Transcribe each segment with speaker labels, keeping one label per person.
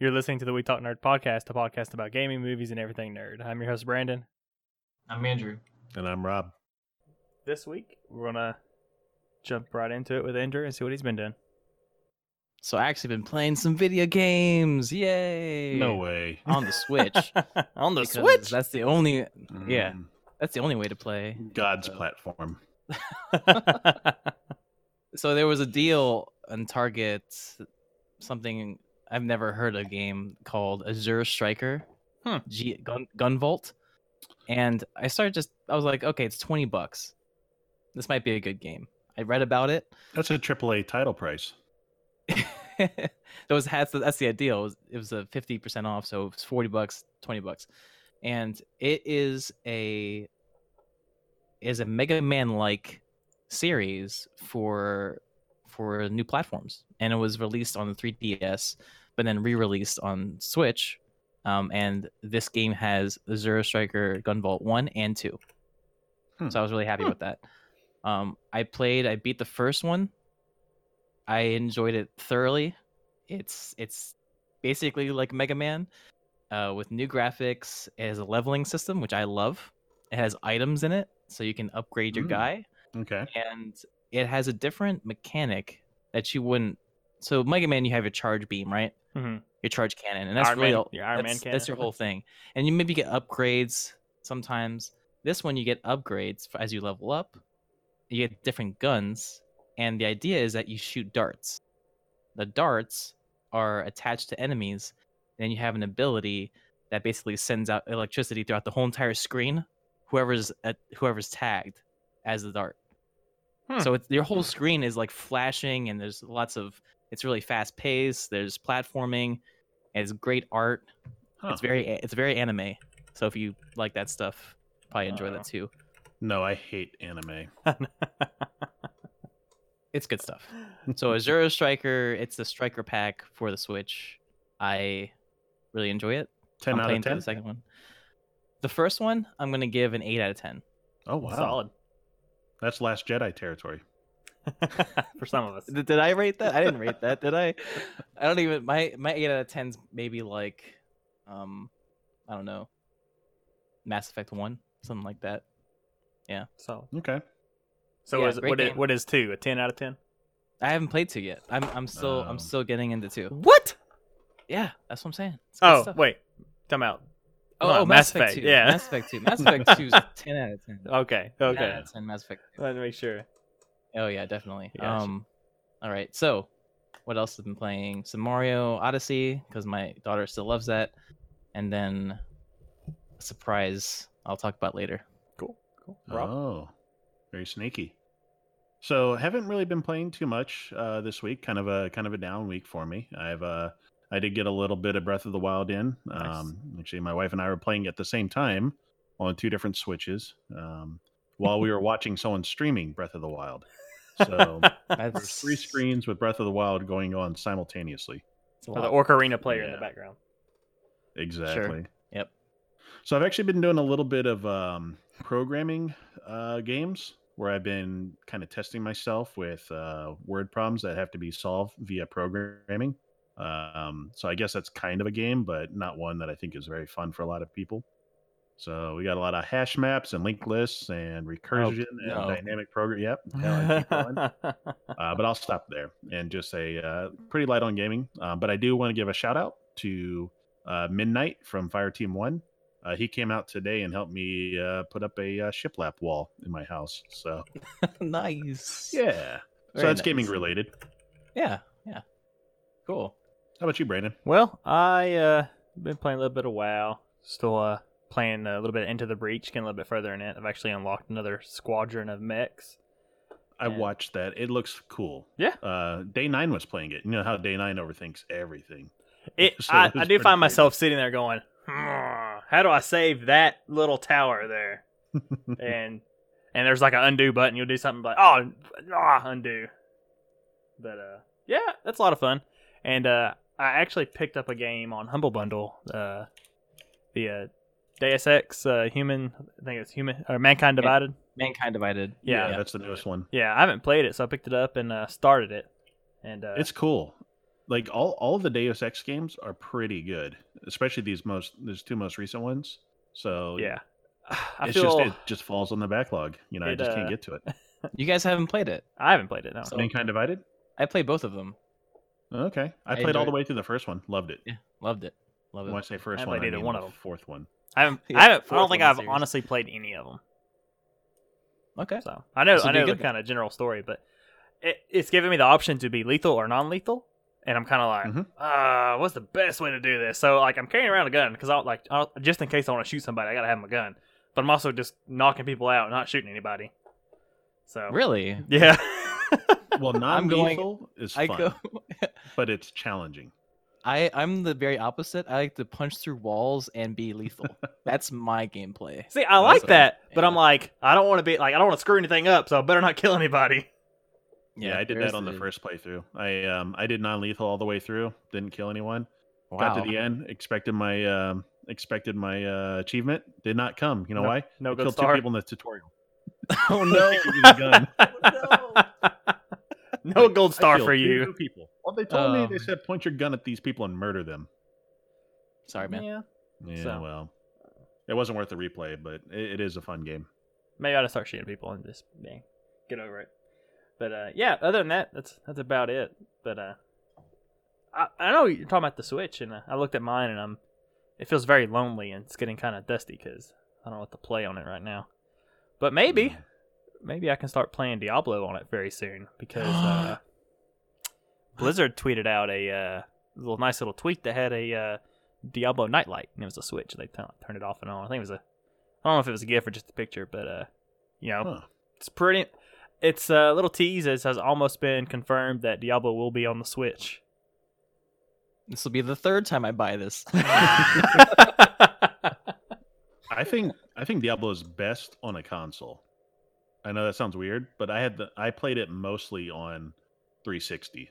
Speaker 1: You're listening to the We Talk Nerd podcast, a podcast about gaming, movies, and everything nerd. I'm your host, Brandon.
Speaker 2: I'm Andrew.
Speaker 3: And I'm Rob.
Speaker 1: This week, we're going to jump right into it with Andrew and see what he's been doing.
Speaker 4: So I actually been playing some video games. Yay!
Speaker 3: No way.
Speaker 4: On the Switch.
Speaker 1: On the
Speaker 4: Because
Speaker 1: Switch.
Speaker 4: That's the only. Yeah.
Speaker 3: Mm,
Speaker 4: That's the only way to play.
Speaker 3: God's platform.
Speaker 4: So there was a deal on Target. Something I've never heard of game called Azure Striker.
Speaker 1: Hmm.
Speaker 4: G- Gun Gunvolt. And I started just. I was like, okay, it's twenty bucks. This might be a good game. I read about it.
Speaker 3: That's a AAA title price.
Speaker 4: those hats that's the idea it was, it was a 50% off so it was 40 bucks 20 bucks and it is a is a mega man like series for for new platforms and it was released on the 3ds but then re-released on switch um, and this game has zero striker gunvolt 1 and 2
Speaker 3: Hmm.
Speaker 4: so i was really happy with that um, i played i beat the first one i enjoyed it thoroughly it's it's basically like Mega Man, uh, with new graphics. It has a leveling system, which I love. It has items in it, so you can upgrade your
Speaker 3: Mm.
Speaker 4: guy,
Speaker 3: Okay.
Speaker 4: and it has a different mechanic that you wouldn't. So Mega Man, you have your charge beam, right?
Speaker 1: Mhm.
Speaker 4: Your charge cannon, and that's
Speaker 1: Iron Man-
Speaker 4: really all-
Speaker 1: your Iron Man
Speaker 4: that's, that's your
Speaker 1: cannon.
Speaker 4: whole thing. And you maybe get upgrades sometimes. This one you get upgrades f- as you level up. You get different guns, and the idea is that you shoot darts. The darts are attached to enemies, and you have an ability that basically sends out electricity throughout the whole entire screen. Whoever's at, whoever's tagged as the dart.
Speaker 1: Hmm.
Speaker 4: So it's, your whole screen is like flashing, and there's lots of. It's really fast paced. There's platforming. and It's great art.
Speaker 3: Huh.
Speaker 4: It's very it's very anime. So if you like that stuff, probably enjoy
Speaker 1: Oh.
Speaker 4: that too.
Speaker 3: No, I hate anime.
Speaker 4: It's good stuff. so Azura Striker, it's the Striker pack for the Switch. I really enjoy it.
Speaker 3: 10
Speaker 4: I'm
Speaker 3: out
Speaker 4: playing
Speaker 3: of
Speaker 4: through
Speaker 3: 10.
Speaker 4: the second one. The first one, I'm gonna give an eight out of ten.
Speaker 3: Oh, wow.
Speaker 1: Solid.
Speaker 3: That's Last Jedi territory.
Speaker 1: For some of us.
Speaker 4: Did, did I rate that? I didn't rate that, did I? I don't even my my eight out of ten's maybe like um I don't know. Mass Effect one, something like that.
Speaker 1: Solid.
Speaker 3: Okay.
Speaker 1: So
Speaker 4: Yeah,
Speaker 1: what, is,
Speaker 4: great
Speaker 1: what, is,
Speaker 4: game.
Speaker 1: what is two? A 10 out of 10?
Speaker 4: I haven't played two yet. I'm I'm still
Speaker 3: Oh.
Speaker 4: I'm still getting into two.
Speaker 1: What?
Speaker 4: Yeah, that's what I'm saying. It's good
Speaker 1: Oh,
Speaker 4: stuff.
Speaker 1: wait. Come out.
Speaker 4: Oh,
Speaker 1: no,
Speaker 4: oh,
Speaker 1: Mass
Speaker 4: Mass Effect
Speaker 1: Effect,
Speaker 4: 2.
Speaker 1: yeah.
Speaker 4: Mass Effect 2. Mass Effect 2 is 10 out of 10. 10
Speaker 1: Okay. Okay.
Speaker 4: out of 10 Mass Effect 2.
Speaker 1: Let me make sure.
Speaker 4: Oh yeah, definitely.
Speaker 1: Gotcha.
Speaker 4: Um all right. So, what else have been playing? Some Mario Odyssey cuz my daughter still loves that. And then a surprise I'll talk about later.
Speaker 1: Cool. Cool. Rob?
Speaker 3: Oh, very sneaky. So haven't really been playing too much uh, this week. Kind of a kind of a down week for me. I've uh, I did get a little bit of Breath of the Wild in.
Speaker 1: Nice.
Speaker 3: Um, actually, my wife and I were playing at the same time on two different switches um, while we were watching someone streaming Breath of the Wild. Oh, So there's
Speaker 4: That's
Speaker 3: three screens with Breath of the Wild going on simultaneously.
Speaker 4: it's a
Speaker 1: Or the
Speaker 4: lot.
Speaker 1: Orcarina player in the
Speaker 3: Yeah.
Speaker 1: background.
Speaker 3: Exactly.
Speaker 4: Yep.
Speaker 3: So I've actually been doing a little bit of um, programming uh, games where I've been kind of testing myself with uh, word problems that have to be solved via programming. Um, so I guess that's kind of a game, but not one that I think is very fun for a lot of people. So we got a lot of hash maps and linked lists and recursion
Speaker 4: Oh, no.
Speaker 3: and dynamic program. Yep. Hell, I keep going uh, but I'll stop there and just say uh, pretty light on gaming. Uh, but I do want to give a shout out to uh, Midnight from Fireteam One. Uh, he came out today and helped me uh, put up a uh, shiplap wall in my house. So
Speaker 4: nice.
Speaker 3: yeah, so
Speaker 4: Very
Speaker 3: that's gaming
Speaker 4: nice.
Speaker 3: related.
Speaker 4: Yeah. Yeah. Cool.
Speaker 3: How about you, Brandon?
Speaker 1: Well, I uh been playing a little bit of WoW. Still uh playing a little bit into the breach, getting a little bit further in it. I've actually unlocked another squadron of mechs.
Speaker 3: I
Speaker 1: Yeah.
Speaker 3: watched that. It looks cool.
Speaker 1: Yeah.
Speaker 3: Uh, Day Nine was playing it. You know how Day Nine overthinks everything.
Speaker 1: It
Speaker 3: So
Speaker 1: I,
Speaker 3: it was
Speaker 1: I do
Speaker 3: pretty
Speaker 1: find myself sitting there going, "Hmm, how do I save that little tower there? and and there's like an undo button. You'll do something like oh ah, undo. But uh, yeah, that's a lot of fun. And uh, I actually picked up a game on Humble Bundle, uh, the uh, Deus Ex uh, Human. I think it's Human or Mankind
Speaker 4: Man-
Speaker 1: Divided.
Speaker 4: Mankind divided.
Speaker 1: Yeah.
Speaker 3: that's the newest one.
Speaker 1: Yeah, I haven't played it, so I picked it up and uh, started it. And uh,
Speaker 3: It's cool. like all all the Deus Ex games are pretty good, especially these most these two most recent ones. So
Speaker 1: Yeah. I
Speaker 3: it's
Speaker 1: feel
Speaker 3: just it just falls on the backlog. You know, I
Speaker 1: It,
Speaker 3: just
Speaker 1: uh,
Speaker 3: can't get to it.
Speaker 4: You guys haven't played it.
Speaker 1: I haven't played it now.
Speaker 4: So-
Speaker 3: Mankind divided.
Speaker 4: I played both of them.
Speaker 3: Okay, I,
Speaker 4: I
Speaker 3: played all
Speaker 4: enjoyed
Speaker 3: the way through the first one. Loved it.
Speaker 4: Loved it. Loved
Speaker 3: When I
Speaker 4: it.
Speaker 3: say first
Speaker 1: haven't
Speaker 3: one,
Speaker 1: played
Speaker 3: I
Speaker 1: either
Speaker 3: mean
Speaker 1: one
Speaker 3: the
Speaker 1: of 'em.
Speaker 3: fourth one.
Speaker 1: I haven't.
Speaker 4: Yeah,
Speaker 1: I, haven't I
Speaker 4: fourth
Speaker 1: don't think
Speaker 4: one in the
Speaker 1: I've
Speaker 4: series.
Speaker 1: honestly played any of them.
Speaker 4: Okay.
Speaker 1: So I know
Speaker 4: This would
Speaker 1: I
Speaker 4: be
Speaker 1: know the
Speaker 4: good then.
Speaker 1: kind of general story, but it, it's giving me the option to be lethal or non-lethal, and I'm kind of like,
Speaker 4: Mm-hmm.
Speaker 1: uh, what's the best way to do this? So like, I'm carrying around a gun because I like I don't- just in case I want to shoot somebody, I gotta have my gun. But I'm also just knocking people out, not shooting anybody. So
Speaker 4: Really?
Speaker 1: yeah,
Speaker 3: Well,
Speaker 4: I'm going-
Speaker 3: non-lethal is
Speaker 4: I
Speaker 3: fun,
Speaker 4: go.
Speaker 3: but it's challenging.
Speaker 4: I I'm the very opposite. I like to punch through walls and be lethal. That's my gameplay.
Speaker 1: see, I like
Speaker 4: Awesome.
Speaker 1: that, but I'm
Speaker 4: Yeah.
Speaker 1: like, I don't want to be like, I don't want to screw anything up, so I better not kill anybody.
Speaker 3: Yeah, I did
Speaker 4: there's
Speaker 3: that on the first playthrough. I um I did non-lethal all the way through. Didn't kill anyone.
Speaker 4: Wow.
Speaker 3: Got to the end, expected my um expected my uh, achievement. Did not come. You know why?
Speaker 1: No
Speaker 3: I
Speaker 1: good
Speaker 3: killed two
Speaker 1: start.
Speaker 3: people in the tutorial.
Speaker 4: oh no.
Speaker 3: Give me the gun.
Speaker 1: no gold
Speaker 3: I
Speaker 1: star
Speaker 3: killed
Speaker 1: for
Speaker 3: two
Speaker 1: you.
Speaker 3: People. Well, they told me
Speaker 4: Um,
Speaker 3: they said point your gun at these people and murder them.
Speaker 4: Sorry, man.
Speaker 1: Yeah.
Speaker 3: Yeah,
Speaker 1: So-
Speaker 3: well, it wasn't worth the replay, but it, it is a fun game.
Speaker 1: Maybe I ought to start shooting people and just yeah, get over it. But uh, yeah, other than that, that's that's about it. But uh, I, I know you're talking about the Switch, and uh, I looked at mine, and I'm it feels very lonely, and it's getting kind of dusty because I don't know what to play on it right now. But maybe
Speaker 3: Mm.
Speaker 1: maybe I can start playing Diablo on it very soon because uh, Blizzard tweeted out a uh, little nice little tweet that had a uh, Diablo nightlight and it was a switch. They t- turned it off and on. I think it was a I don't know if it was a GIF or just a picture, but uh, you know,
Speaker 3: Huh.
Speaker 1: it's pretty. It's a little tease. It has almost been confirmed that Diablo will be on the Switch.
Speaker 4: This will be the third time I buy this.
Speaker 3: I think I think Diablo is best on a console. I know that sounds weird, but I had the I played it mostly on 360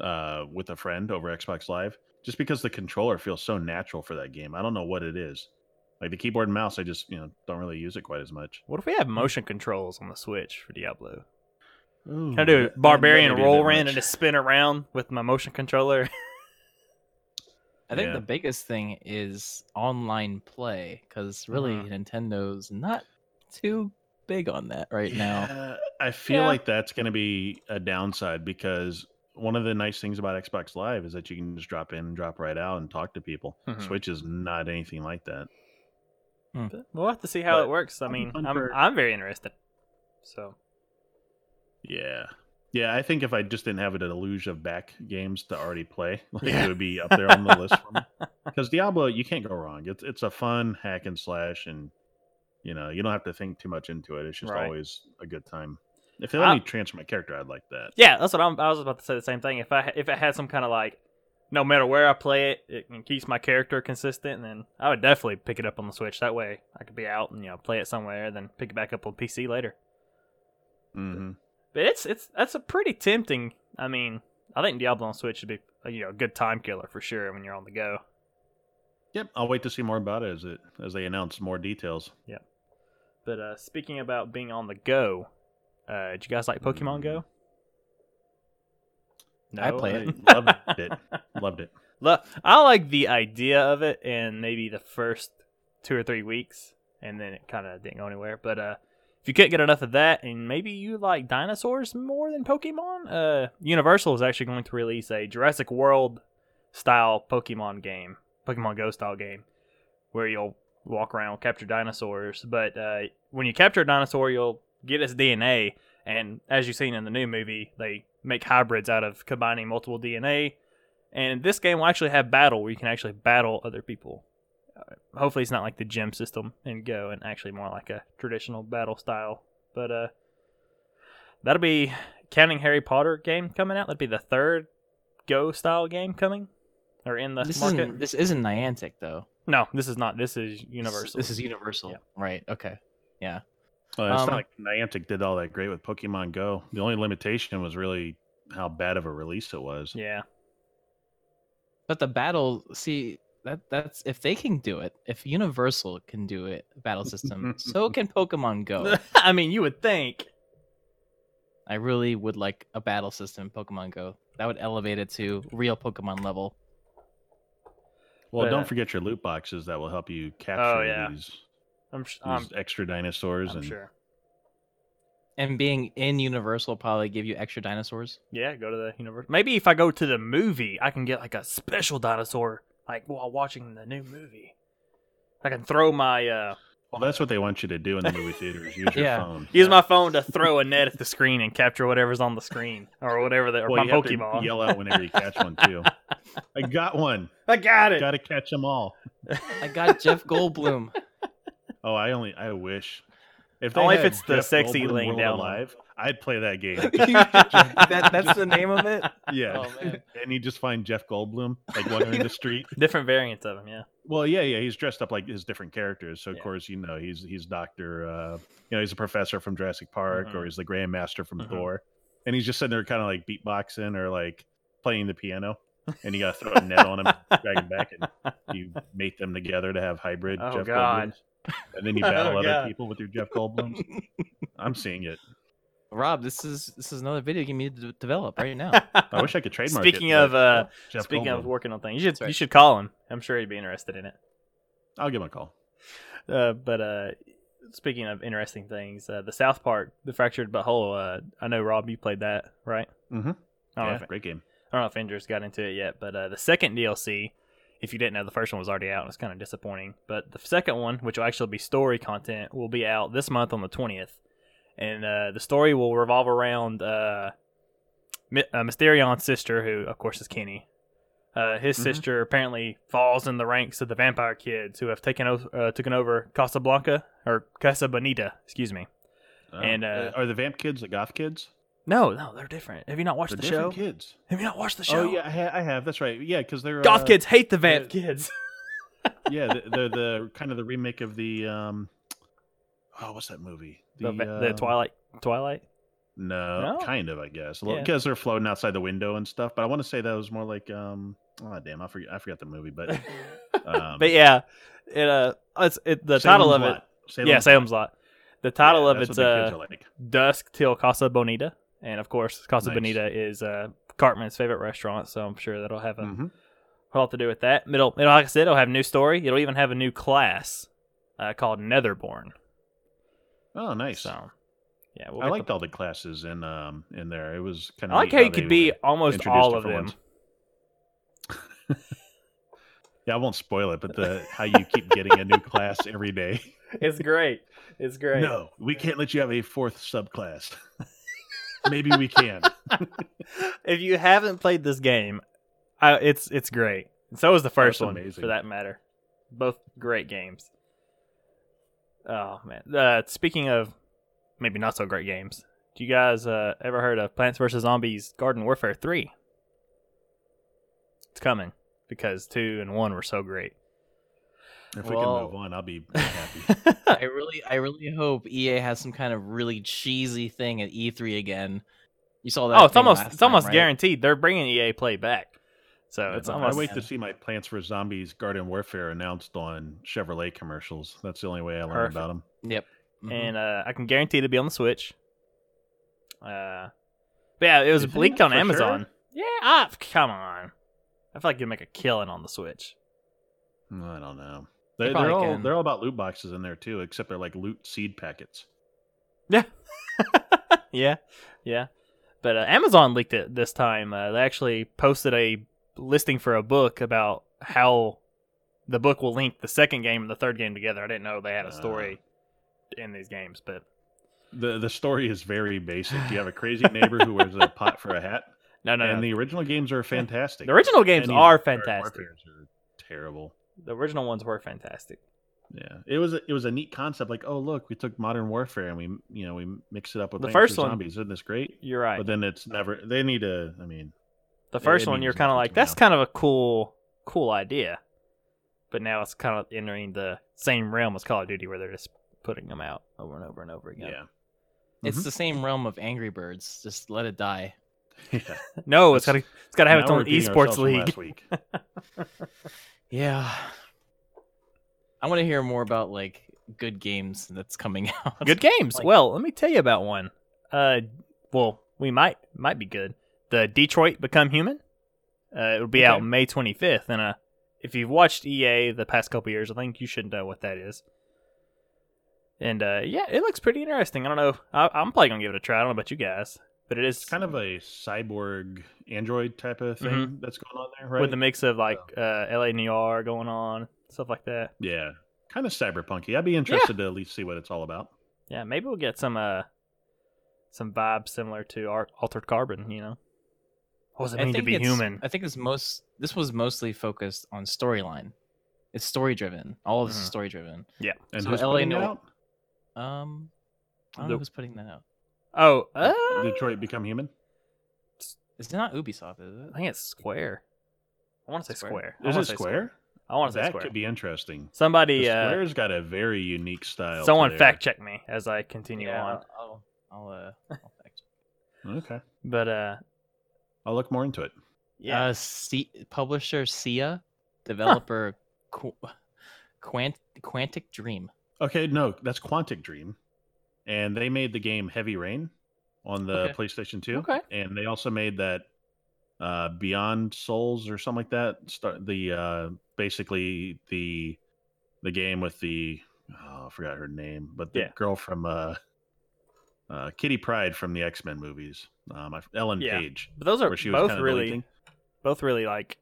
Speaker 3: uh, with a friend over Xbox Live, just because the controller feels so natural for that game. I don't know what it is. Like the keyboard and mouse, I just you know don't really use it quite as much.
Speaker 1: what if we have motion controls on the Switch for Diablo? Can
Speaker 3: Ooh, Hmm,
Speaker 1: I do a barbarian roll
Speaker 3: in
Speaker 1: ran and just spin around with my motion controller?
Speaker 4: I think
Speaker 3: Yeah.
Speaker 4: the biggest thing is online play because really Nintendo's not too big on that right now.
Speaker 3: Yeah, I feel
Speaker 1: Yeah.
Speaker 3: like that's going to be a downside because one of the nice things about Xbox Live is that you can just drop in and drop right out and talk to people.
Speaker 1: Mhm.
Speaker 3: Switch is not anything like that.
Speaker 1: We'll have to see how
Speaker 3: But
Speaker 1: it works. I
Speaker 3: that'd be
Speaker 1: mean,
Speaker 3: fun
Speaker 1: I'm
Speaker 3: for-
Speaker 1: I'm very interested. So
Speaker 3: Yeah. Yeah, I think if I just didn't have a deluge of back games to already play, like
Speaker 1: Yeah.
Speaker 3: it would be up there on the list for me. Because Diablo, you can't go wrong. It's it's a fun hack and slash, and you know you don't have to think too much into it. It's just
Speaker 1: Right.
Speaker 3: always a good time. If they let
Speaker 1: I-
Speaker 3: me transfer my character, I'd like that.
Speaker 1: yeah, that's what I'm, I was about to say. The same thing. If I if it had some kind of like, no matter where I play it, it can- keeps my character consistent. Then I would definitely pick it up on the Switch. That way, I could be out and you know play it somewhere, then pick it back up on PC later.
Speaker 3: hmm
Speaker 1: But it's it's that's a pretty tempting. I mean, I think Diablo on Switch should be uh, you know a good time killer for sure when you're on the go.
Speaker 3: Yep, I'll wait to see more about it as it as they announce more details.
Speaker 1: But uh speaking about being on the go, uh did you guys like Pokemon Go? No,
Speaker 4: I play it.
Speaker 3: I loved it. Loved it.
Speaker 1: Lo- I like the idea of it, and maybe the first two or three weeks, and then it kind of didn't go anywhere. But uh, if you couldn't get enough of that, and maybe you like dinosaurs more than Pokemon, uh, Universal is actually going to release a Jurassic World style Pokemon game, Pokemon Go style game, where you'll walk around capture dinosaurs. But uh, when you capture a dinosaur, you'll get its DNA, and as you've seen in the new movie, they make hybrids out of combining multiple DNA. And this game will actually have battle where you can actually battle other people. Uh, hopefully, it's not like the gym system and Go, and actually more like a traditional battle style. But uh, that'll be counting Harry Potter game coming out. That'll be the third Go style game coming, or in the
Speaker 4: This
Speaker 1: market.
Speaker 4: isn't this isn't Niantic though.
Speaker 1: No, this is not. This is
Speaker 4: This-
Speaker 1: Universal.
Speaker 4: This, is Universal,
Speaker 1: Yeah.
Speaker 4: right? Okay.
Speaker 3: Uh, it's
Speaker 4: Um,
Speaker 3: not like Niantic did all that great with Pokemon Go. The only limitation was really how bad of a release it was.
Speaker 1: yeah.
Speaker 4: But the battle, see that that's if they can do it, if Universal can do it, battle system, so can Pokemon
Speaker 3: Oh.
Speaker 4: Go.
Speaker 1: I mean, you would think.
Speaker 4: I really would like a battle system in Pokemon Go. That would elevate it to real Pokemon level.
Speaker 1: But,
Speaker 3: Well,
Speaker 1: uh, Oh,
Speaker 3: don't forget your loot boxes that will help you capture
Speaker 1: yeah.
Speaker 3: these,
Speaker 1: I'm sh-
Speaker 3: these
Speaker 1: I'm,
Speaker 3: extra dinosaurs
Speaker 1: I'm
Speaker 3: and
Speaker 1: sure.
Speaker 4: And being in Universal will probably give you extra dinosaurs.
Speaker 1: Yeah, go to the universe. Maybe if I go to the movie, I can get like a special dinosaur, like while watching the new movie. I can throw my uh,
Speaker 3: well, that's what they want you to do in the movie theaters. Use your
Speaker 4: Yeah.
Speaker 3: phone.
Speaker 1: use my phone to throw a net at the screen and capture whatever's on the screen or whatever that or
Speaker 3: well,
Speaker 1: my
Speaker 3: you have to
Speaker 1: Pokemon.
Speaker 3: yell out whenever you catch one too. I got one.
Speaker 1: I got it.
Speaker 3: Got to catch them all.
Speaker 4: I got Jeff Goldblum.
Speaker 3: Oh, I only I wish. If
Speaker 1: Only if
Speaker 3: had
Speaker 1: it's the
Speaker 3: Jeff
Speaker 1: sexy
Speaker 3: Goldblum
Speaker 1: laying
Speaker 3: World
Speaker 1: down one.
Speaker 3: alive, I'd play that game.
Speaker 4: that, that's the name of it.
Speaker 3: Yeah,
Speaker 1: Um,
Speaker 4: Oh, man.
Speaker 3: and you just find Jeff Goldblum like wandering the street.
Speaker 1: Different variants of him, yeah.
Speaker 3: Well, yeah, yeah, he's dressed up like his different characters. So of
Speaker 1: Yeah.
Speaker 3: course, you know, he's he's Doctor, uh, you know, he's a professor from Jurassic Park,
Speaker 1: Mhm.
Speaker 3: or he's the Grand Master from
Speaker 1: Mhm.
Speaker 3: Thor, and he's just sitting there, kind of like beatboxing or like playing the piano, and you got to throw a net on him, drag him back, and you mate them together to have hybrid
Speaker 1: Oh,
Speaker 3: Jeff
Speaker 1: God.
Speaker 3: Goldblums, and then you
Speaker 1: Oh,
Speaker 3: battle other
Speaker 1: God.
Speaker 3: people with your Jeff Goldblums. I'm seeing it.
Speaker 4: Rob, this is this is another video game you need to de- develop right now.
Speaker 3: I wish I could trademark.
Speaker 1: Speaking
Speaker 3: it,
Speaker 1: of,
Speaker 3: but,
Speaker 1: uh,
Speaker 3: Jeff
Speaker 1: Speaking of
Speaker 3: Goldblum.
Speaker 1: working on things, you should
Speaker 4: That's right.
Speaker 1: you should call him. I'm sure he'd be interested in it.
Speaker 3: I'll give him a call.
Speaker 1: Uh, but uh, speaking of interesting things, uh, the South Park, the fractured but whole. Uh, I know Rob, you played that, right?
Speaker 3: Mhm.
Speaker 1: I don't, know
Speaker 3: Yeah,
Speaker 1: if,
Speaker 3: great game.
Speaker 1: I don't know if Andrew's got into it yet, but uh, the second DLC, if you didn't know, the first one was already out, and it's kind of disappointing. But the second one, which will actually be story content, will be out this month on the twentieth, and uh, the story will revolve around uh, Mi- uh, Mysterion's sister, who of course is Kenny. Uh, his
Speaker 3: Mhm.
Speaker 1: sister apparently falls in the ranks of the vampire kids who have taken o- uh, taken over Casablanca or Casa Bonita, excuse me.
Speaker 3: Oh.
Speaker 1: And, uh,
Speaker 3: are the vamp kids the goth kids?
Speaker 1: No, no, they're different. Have you not watched
Speaker 3: They're
Speaker 1: the show?
Speaker 3: different kids.
Speaker 1: Have you not watched the show?
Speaker 3: Oh yeah, I, ha- I have. That's right. Yeah, because they're
Speaker 1: goth
Speaker 3: uh,
Speaker 1: kids hate the vamp
Speaker 3: yeah.
Speaker 1: kids.
Speaker 3: Yeah, th- they're the kind of the remake of the um. Oh, what's that movie?
Speaker 1: The, va- the
Speaker 3: um,
Speaker 1: Twilight, Twilight.
Speaker 3: No,
Speaker 1: No?
Speaker 3: kind of, I guess.
Speaker 1: Yeah.
Speaker 3: Because they're floating outside the window and stuff. But I want to say that was more like um. Oh damn, I forget. I forgot the movie, but um,
Speaker 1: but yeah, it uh, it's it, the title of it. yeah, Salem's Lot. The title of it's uh, Dusk Till Casa Bonita, and of course, Casa
Speaker 3: Nice.
Speaker 1: Bonita is uh, Cartman's favorite restaurant, so I'm sure that'll have a
Speaker 3: hmm
Speaker 1: lot to do with that. It'll, it'll, like I said, it'll have a new story. It'll even have a new class uh, called Netherborn.
Speaker 3: Oh, nice.
Speaker 1: So, yeah, we'll
Speaker 3: I
Speaker 1: get
Speaker 3: liked
Speaker 1: the-
Speaker 3: all the classes in um in there. It was kind
Speaker 1: I
Speaker 3: of
Speaker 1: like how you could be almost
Speaker 3: introduced
Speaker 1: all of them.
Speaker 3: different Yeah, I won't spoil it, but the how you keep getting a new class every day.
Speaker 1: It's great. It's great.
Speaker 3: No, we can't let you have a fourth subclass. Maybe we can.
Speaker 1: if you haven't played this game, I, it's it's great. And so was the first
Speaker 3: That's
Speaker 1: one,
Speaker 3: amazing.
Speaker 1: for that matter. Both great games. Oh man! Uh, speaking of maybe not so great games, do you guys uh, ever heard of Plants vs Zombies Garden Warfare Three? It's coming because two and one were so great.
Speaker 3: If we
Speaker 4: Well-
Speaker 3: can move on, I'll be happy.
Speaker 4: I really I really hope EA has some kind of really cheesy thing at E3 again. You saw that.
Speaker 1: oh, it's
Speaker 4: thing
Speaker 1: almost
Speaker 4: last
Speaker 1: it's
Speaker 4: time,
Speaker 1: almost
Speaker 4: right?
Speaker 1: guaranteed they're bringing EA Play back. So it's
Speaker 3: I
Speaker 1: almost
Speaker 3: wait to see my Plants for Zombies Garden Warfare announced on Chevrolet commercials. That's the only way I learn
Speaker 1: Perfect.
Speaker 3: about them.
Speaker 4: Yep.
Speaker 3: Mm-hmm.
Speaker 4: Mhm.
Speaker 1: and uh, I can guarantee it'll be on the Switch. Uh, but yeah, it was
Speaker 3: You think?
Speaker 1: leaked on
Speaker 3: For
Speaker 1: Amazon.
Speaker 3: sure?
Speaker 1: Yeah, ah, come on. I feel like you'd make a killing on the Switch.
Speaker 3: I don't know.
Speaker 4: They
Speaker 3: They, they're
Speaker 4: probably
Speaker 3: all
Speaker 4: can.
Speaker 3: they're all about loot boxes in there too, except they're like loot seed packets.
Speaker 1: yeah, yeah. But uh, Amazon leaked it this time. Uh, they actually posted a listing for a book about how the book will link the second game and the third game together. I didn't know they had a story
Speaker 3: Ah.
Speaker 1: in these games, but
Speaker 3: the The story is very basic. You have a crazy neighbor who wears a pot for a hat,
Speaker 1: no, no,
Speaker 3: and
Speaker 1: no.
Speaker 3: the original games are fantastic.
Speaker 1: The original games
Speaker 3: And these
Speaker 1: are
Speaker 3: Garden
Speaker 1: fantastic.
Speaker 3: Warfares Are terrible.
Speaker 1: The original ones were fantastic.
Speaker 3: Yeah, it was a, it was a neat concept. Like, oh look, we took Modern Warfare and we you know we mixed it up with
Speaker 1: The
Speaker 3: Plants vs.
Speaker 1: first one-
Speaker 3: Zombies. Isn't this great?
Speaker 1: You're right.
Speaker 3: But then it's never. They need to. I mean,
Speaker 1: The
Speaker 3: It-
Speaker 1: first
Speaker 3: it
Speaker 1: one, you're
Speaker 3: means
Speaker 1: kind of
Speaker 3: nothing
Speaker 1: like,
Speaker 3: to me
Speaker 1: that's
Speaker 3: now.
Speaker 1: kind of a cool, cool idea. But now it's kind of entering the same realm as Call of Duty, where they're just putting them out over and over and over again.
Speaker 3: yeah,
Speaker 4: it's the same realm of Angry Birds. Just let it die.
Speaker 3: yeah.
Speaker 1: No, it's got to,
Speaker 3: That's-
Speaker 1: it's got to have
Speaker 3: Now
Speaker 1: its
Speaker 3: we're
Speaker 1: own
Speaker 3: repeating
Speaker 1: esports
Speaker 3: ourselves from
Speaker 1: league.
Speaker 3: last week.
Speaker 4: Yeah. I want to hear more about like good games that's coming out.
Speaker 1: Good games.
Speaker 4: Like-
Speaker 1: well, let me tell you about one. Uh, well, we might might be good. the Detroit Become Human. Uh, it'll be out
Speaker 4: Okay.
Speaker 1: May 25th, and uh, if you've watched EA the past couple years, I think you should know what that is. And uh, yeah, it looks pretty interesting. I don't know. I, I'm probably gonna give it a try. I don't know about you guys, but it is
Speaker 3: It's kind of a cyborg android type of thing that's going on there, right?
Speaker 1: Mm-hmm. with a mix of like uh, LA Noir going on, stuff like that.
Speaker 3: yeah, kind of cyberpunky. I'd be interested to at least see what it's all about.
Speaker 1: Yeah, maybe we'll get some uh some vibes similar to Ar- Altered Carbon. You know, what does it
Speaker 4: I
Speaker 1: mean to
Speaker 4: think
Speaker 1: be
Speaker 4: it's-
Speaker 1: human?
Speaker 4: I think it's most. This was mostly focused on storyline. It's story driven. All of this is
Speaker 1: Mhm.
Speaker 4: story driven.
Speaker 3: And
Speaker 4: So
Speaker 3: who's
Speaker 4: LA
Speaker 3: putting it
Speaker 4: Noire-
Speaker 3: out?
Speaker 4: Um, I don't
Speaker 1: The-
Speaker 4: know who's putting that out.
Speaker 1: Oh, uh,
Speaker 3: Detroit Become Human.
Speaker 4: It's not Ubisoft, is
Speaker 1: I think it's Square. I want to say
Speaker 4: Square.
Speaker 1: Square. I
Speaker 3: Is
Speaker 1: wanna
Speaker 3: it
Speaker 1: say
Speaker 3: Square?
Speaker 1: I want to say
Speaker 3: That
Speaker 1: Square.
Speaker 3: could be interesting.
Speaker 1: Somebody,
Speaker 3: The
Speaker 1: uh,
Speaker 3: Square's got a very unique style. to
Speaker 1: someone
Speaker 3: their-
Speaker 1: fact check me as I
Speaker 4: it?
Speaker 1: continue
Speaker 4: Yeah,
Speaker 1: on.
Speaker 4: I'll, I'll, I'll, uh, I'll fact check.
Speaker 3: Okay,
Speaker 1: But uh,
Speaker 3: I'll look more into it.
Speaker 1: yeah,
Speaker 4: Uh, C- publisher Sia, developer Qu- Quant- Quantic Dream.
Speaker 3: Okay, no, that's Quantic Dream, and they made the game Heavy Rain on the
Speaker 4: Okay.
Speaker 3: PlayStation Two.
Speaker 1: Okay.
Speaker 3: and they also made that uh, Beyond Souls or something like that. Start the uh, basically the the game with the oh, I forgot her name, but the
Speaker 1: Yeah.
Speaker 3: girl from uh, uh, Kitty Pride from the X Men movies, um, I- Ellen
Speaker 1: Yeah.
Speaker 3: Page,
Speaker 1: but those are
Speaker 3: where she was
Speaker 1: both
Speaker 3: kind of
Speaker 1: really, both really like,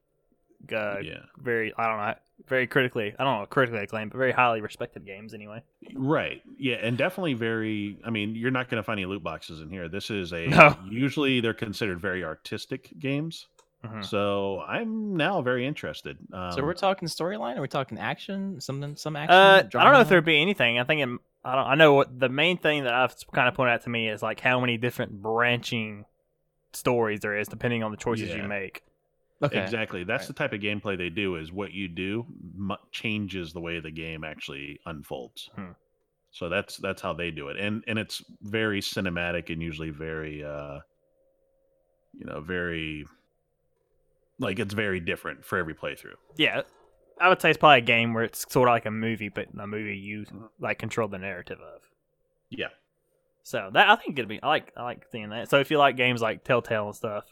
Speaker 1: uh,
Speaker 3: yeah.
Speaker 1: very I don't know, very critically, I don't know, critically acclaimed, but very highly respected games anyway.
Speaker 3: Right. Yeah, and definitely very I mean, you're not going to find any loot boxes in here. This is a
Speaker 1: No.
Speaker 3: usually they're considered very artistic games.
Speaker 1: Mhm.
Speaker 3: So, I'm now very interested. Um,
Speaker 4: Mm-hmm. so we're talking storyline. Are we talking action? Something? Some action?
Speaker 1: Uh, I don't know
Speaker 4: drama?
Speaker 1: if there'd be anything. I think it, I don't. I know what the main thing that I've kind of pointed out to me is like how many different branching stories there is depending on the choices
Speaker 3: Yeah.
Speaker 1: you make.
Speaker 4: Okay.
Speaker 3: Exactly. That's
Speaker 4: Right.
Speaker 3: the type of gameplay they do is what you do mu- changes the way the game actually unfolds.
Speaker 1: Hmm.
Speaker 3: So that's that's how they do it. And and it's very cinematic and usually very uh you know, very like it's very different for every playthrough.
Speaker 1: Yeah, I would say it's probably a game where it's sort of like a movie, but a movie you like control the narrative of.
Speaker 3: Yeah.
Speaker 1: So that I think it'd be. I like I like seeing that. So if you like games like Telltale and stuff,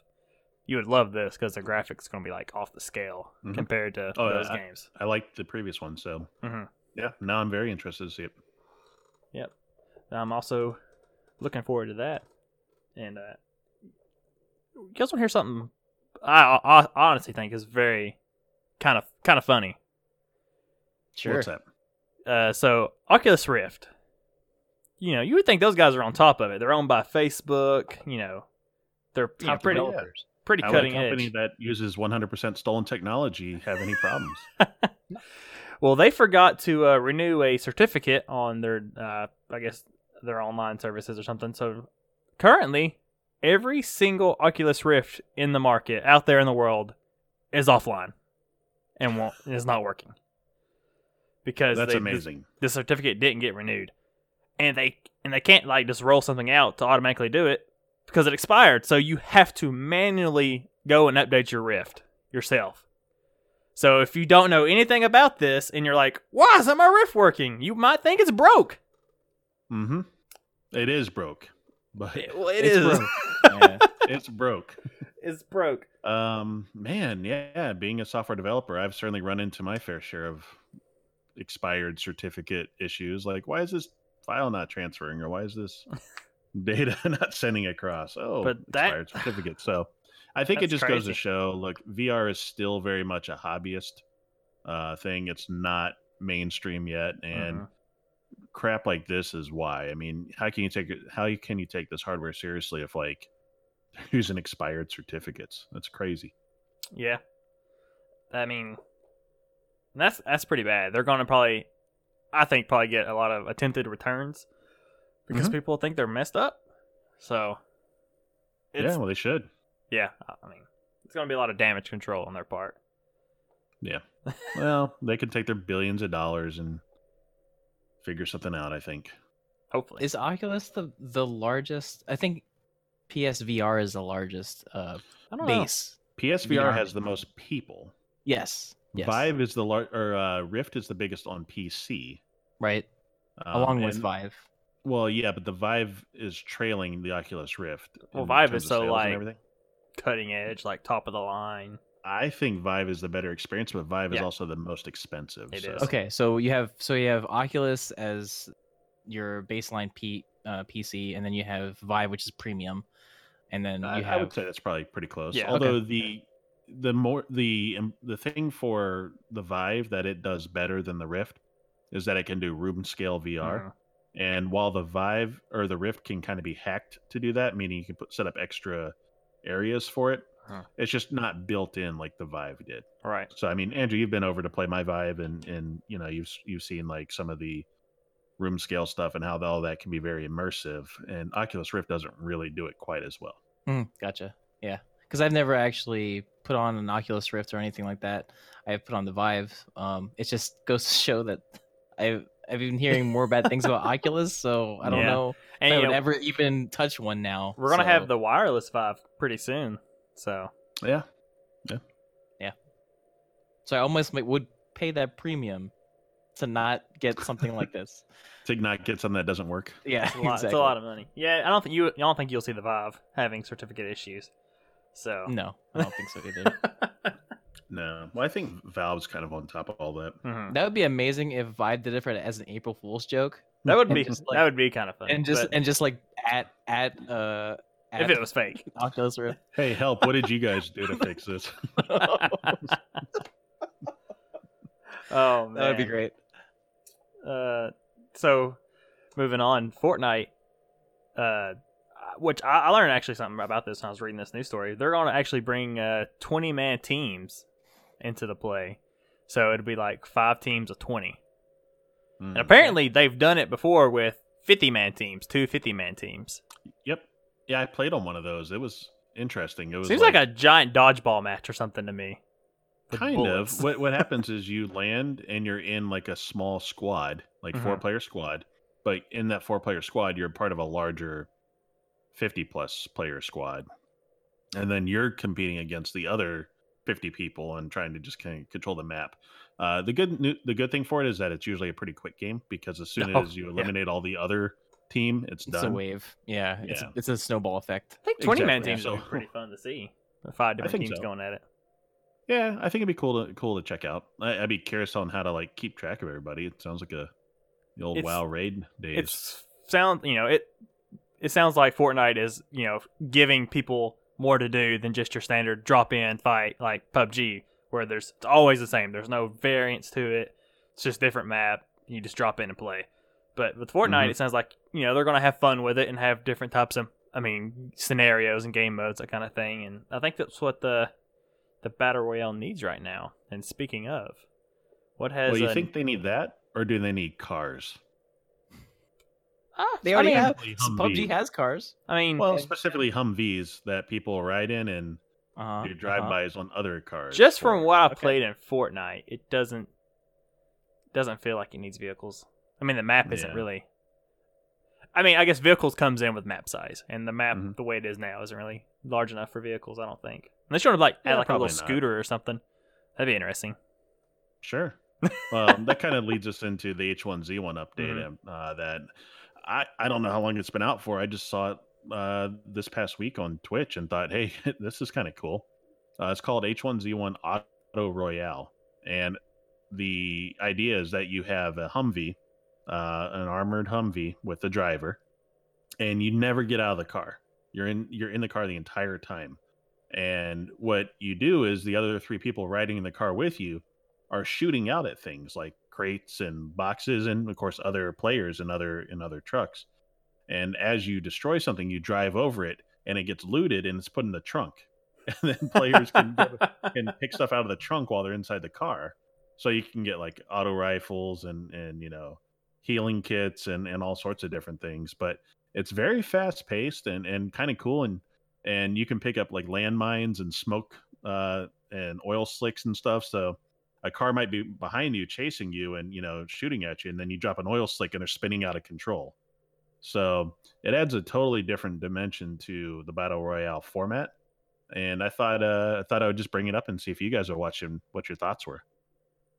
Speaker 1: you would love this because the graphics gonna be like off the scale
Speaker 3: Mhm.
Speaker 1: compared to
Speaker 3: Oh, yeah,
Speaker 1: those
Speaker 3: I-
Speaker 1: games.
Speaker 3: I liked the previous one, so
Speaker 1: Mhm.
Speaker 3: yeah. Now I'm very interested to see it.
Speaker 1: I'm also looking forward to that. And uh, you guys want to hear something? I, I, I honestly think is very kind of kind of funny.
Speaker 4: Sure.
Speaker 3: What's that?
Speaker 1: Uh, so Oculus Rift, you know, you would think those guys are on top of it. They're owned by Facebook. You know, they're you know,
Speaker 4: Top
Speaker 1: pretty
Speaker 4: developers.
Speaker 1: pretty
Speaker 3: How would a
Speaker 1: cutting
Speaker 3: company
Speaker 1: edge.
Speaker 3: that uses 100% stolen technology have any problems?
Speaker 1: Well, they forgot to uh, renew a certificate on their, uh, I guess, their online services or something. So currently, every single Oculus Rift in the market out there in the world is offline and won't is not working because
Speaker 3: That's
Speaker 1: they-
Speaker 3: amazing.
Speaker 1: The, the certificate didn't get renewed, and they and they can't like just roll something out to automatically do it because it expired. So you have to manually go and update your Rift yourself. So if you don't know anything about this and you're like, why isn't my Rift working? You might think it's broke.
Speaker 3: Mm-hmm. It is broke, but
Speaker 1: It- well, it
Speaker 4: It's
Speaker 1: is.
Speaker 4: broke. Yeah.
Speaker 3: it's broke.
Speaker 1: it's broke.
Speaker 3: Um, man, yeah. Being a software developer, I've certainly run into my fair share of expired certificate issues. Like, why is this file not transferring, or why is this data not sending across? Oh,
Speaker 1: But that-
Speaker 3: expired certificate. So, I think it
Speaker 1: That's
Speaker 3: just goes
Speaker 1: crazy.
Speaker 3: to show. Look, VR is still very much a hobbyist uh, thing. It's not mainstream yet, and
Speaker 1: Mhm.
Speaker 3: crap like this is why. I mean, how can you take it? How you- can you take this hardware seriously if like they're using expired certificates? That's crazy.
Speaker 1: Yeah. I mean, that's that's pretty bad. They're going to probably, I think, probably get a lot of attempted returns because
Speaker 4: Uh-huh.
Speaker 3: Mhm.
Speaker 1: people think they're messed up. So, it's,
Speaker 3: yeah, well, they should.
Speaker 1: yeah. I- I mean, it's going to be a lot of damage control on their part.
Speaker 3: well, they can take their billions of dollars and figure something out. I think.
Speaker 1: Hopefully,
Speaker 4: Is Oculus the the largest? I think PSVR is the largest uh,
Speaker 1: I don't know.
Speaker 4: base.
Speaker 3: PSVR
Speaker 4: VR.
Speaker 3: has the most people.
Speaker 4: Yes. Yes.
Speaker 3: Vive is the lar- or uh, Rift is the biggest on PC.
Speaker 4: Right.
Speaker 3: um,
Speaker 4: Along with
Speaker 3: and-
Speaker 4: Vive.
Speaker 3: Well, yeah, but the Vive is trailing the Oculus Rift.
Speaker 1: Well,
Speaker 3: in
Speaker 1: Vive
Speaker 3: terms
Speaker 1: is
Speaker 3: of
Speaker 1: so,
Speaker 3: sales and
Speaker 1: like,
Speaker 3: everything.
Speaker 1: cutting edge, like top of the line.
Speaker 3: I think Vive is the better experience, but Vive is
Speaker 1: Yeah.
Speaker 3: also the most expensive.
Speaker 1: It
Speaker 3: so.
Speaker 1: is.
Speaker 4: Okay, so you have so you have Oculus as your baseline P, uh, PC, and then you have Vive, which is premium, and then
Speaker 3: I,
Speaker 4: you
Speaker 3: I would
Speaker 4: have
Speaker 3: say that's probably pretty close.
Speaker 1: Yeah, okay.
Speaker 3: Although the the more the um, the thing for the Vive that it does better than the Rift is that it can do room scale VR.
Speaker 1: Mhm.
Speaker 3: And while the Vive or the Rift can kind of be hacked to do that, meaning you can put set up extra areas for it,
Speaker 1: Huh.
Speaker 3: it's just not built in like the Vive did.
Speaker 1: Right.
Speaker 3: So I mean, Andrew, you've been over to play my Vive, and and you know you've s- you've seen like some of the room scale stuff and how all that can be very immersive. And Oculus Rift doesn't really do it quite as well.
Speaker 4: Mm, gotcha, yeah, because I've never actually put on an Oculus Rift or anything like that. I have put on the Vive. Um, it just goes to show that I've I've been hearing more bad things about Oculus, so I don't
Speaker 1: Yeah.
Speaker 4: know if
Speaker 1: And
Speaker 4: I
Speaker 1: you
Speaker 4: would
Speaker 1: know,
Speaker 4: ever even touch one now.
Speaker 1: we're gonna
Speaker 4: so-
Speaker 1: have the wireless Vive pretty soon. So
Speaker 3: Yeah,
Speaker 4: so I almost ma- would pay that premium to not get something like this.
Speaker 3: Tignac gets something that doesn't work.
Speaker 4: Yeah,
Speaker 1: it's a lot, it's a
Speaker 4: exactly.
Speaker 1: lot of money. Yeah, I don't think you. I don't think you'll see the Vive having certificate issues. So
Speaker 4: No, I don't think so either.
Speaker 3: No, well, I think Valve's kind of on top of all that.
Speaker 1: Mhm.
Speaker 4: That would be amazing if Vibe did it for as an April Fool's joke,
Speaker 1: that would
Speaker 4: And
Speaker 1: be
Speaker 4: just, like-
Speaker 1: that would be kind of fun.
Speaker 4: and just
Speaker 1: but
Speaker 4: and just like at at uh at
Speaker 1: if it was fake,
Speaker 4: Oculus Rift.
Speaker 3: Hey, help! What did you guys do to fix this?
Speaker 1: oh man,
Speaker 4: that would be great.
Speaker 1: Uh, so moving on, Fortnite, uh, which I, I learned actually something about this when I was reading this news story. They're going to actually bring uh, 20 man teams into the play. So it'd be like five teams of 20.
Speaker 3: Mm.
Speaker 1: And
Speaker 4: Mm-hmm.
Speaker 1: apparently they've done it before with 50 man teams, two 50 man teams.
Speaker 3: Yep. Yeah, I played on one of those. It was interesting. It was
Speaker 1: Seems like, a giant dodgeball match or something to me. with
Speaker 3: kind
Speaker 1: bullets.
Speaker 3: of what what happens is you land and you're in like a small squad like
Speaker 1: Mhm.
Speaker 3: four player squad but in that four player squad you're part of a larger 50 plus player squad and then you're competing against the other 50 people and trying to just kind of control the map uh, the good new, the good thing for it is that it's usually a pretty quick game because as soon
Speaker 1: Oh,
Speaker 3: as you
Speaker 1: yeah.
Speaker 3: eliminate all the other team it's
Speaker 4: It's
Speaker 3: done
Speaker 4: a wave. Yeah, it's
Speaker 3: Yeah.
Speaker 4: it's a snowball effect.
Speaker 1: I think 20 man
Speaker 3: Exactly,
Speaker 1: teams would be
Speaker 3: so-
Speaker 1: pretty fun to see. Five different
Speaker 3: think
Speaker 1: teams
Speaker 3: so.
Speaker 1: going at it.
Speaker 3: yeah i think it'd be cool to cool to check out I, i'd be curious on how to like keep track of everybody it sounds like a the old
Speaker 1: It's-
Speaker 3: wow raid days
Speaker 1: it's sound you know it it sounds like Fortnite is you know giving people more to do than just your standard drop in fight like PUBG where there's it's always the same there's no variance to it it's just different map you just drop in and play but with Fortnite
Speaker 3: Mhm.
Speaker 1: it sounds like you know they're going to have fun with it and have different types of I mean scenarios and game modes that kind of thing and I think that's what the the battle royale needs right now and speaking of what has
Speaker 3: Well, you
Speaker 1: uh,
Speaker 3: think they need that, or do they need cars?
Speaker 4: Ah, they
Speaker 3: I
Speaker 4: already
Speaker 3: mean,
Speaker 4: have.
Speaker 3: Humvee.
Speaker 4: PUBG has cars.
Speaker 1: I mean
Speaker 3: Well,
Speaker 4: Yeah.
Speaker 3: specifically Humvees that people ride in and
Speaker 4: Uh-huh.
Speaker 3: do drive-bys on other cars.
Speaker 1: Uh, just from
Speaker 3: for.
Speaker 1: what I've
Speaker 4: Okay.
Speaker 1: played in Fortnite, it doesn't doesn't feel like it needs vehicles. I mean, the map isn't
Speaker 3: Yeah.
Speaker 1: really. I mean, I guess vehicles comes in with map size, and the map
Speaker 3: Mhm.
Speaker 1: the way it is now isn't really large enough for vehicles. I don't think. Unless you want to like add
Speaker 3: Yeah,
Speaker 1: like a little
Speaker 3: probably not.
Speaker 1: scooter or something, that'd be interesting.
Speaker 3: Sure. um, that kind of leads us into the H1Z1
Speaker 1: Mhm.
Speaker 3: update uh, that I, I don't know how long it's been out for. I just saw it uh, this past week on Twitch and thought, hey, this is kind of cool. Uh, it's called H1Z1 Auto Royale. And the idea is that you have a Humvee, uh, an armored Humvee with a driver, and you never get out of the car. You're in you're in the car the entire time. And what you do is the other three people riding in the car with you are shooting out at things like crates and boxes and of course other players and other in other trucks and as you destroy something you drive over it and it gets looted and it's put in the trunk and then players can, go- can pick stuff out of the trunk while they're inside the car so you can get like auto rifles and and you know healing kits and and all sorts of different things but it's very fast paced and and kind of cool and and you can pick up like landmines and smoke uh and oil slicks and stuff so a car might be behind you chasing you and you know shooting at you and then you drop an oil slick and they're spinning out of control so it adds a totally different dimension to the battle royale format and i thought uh i thought i would just bring it up and see if you guys are watching what your thoughts were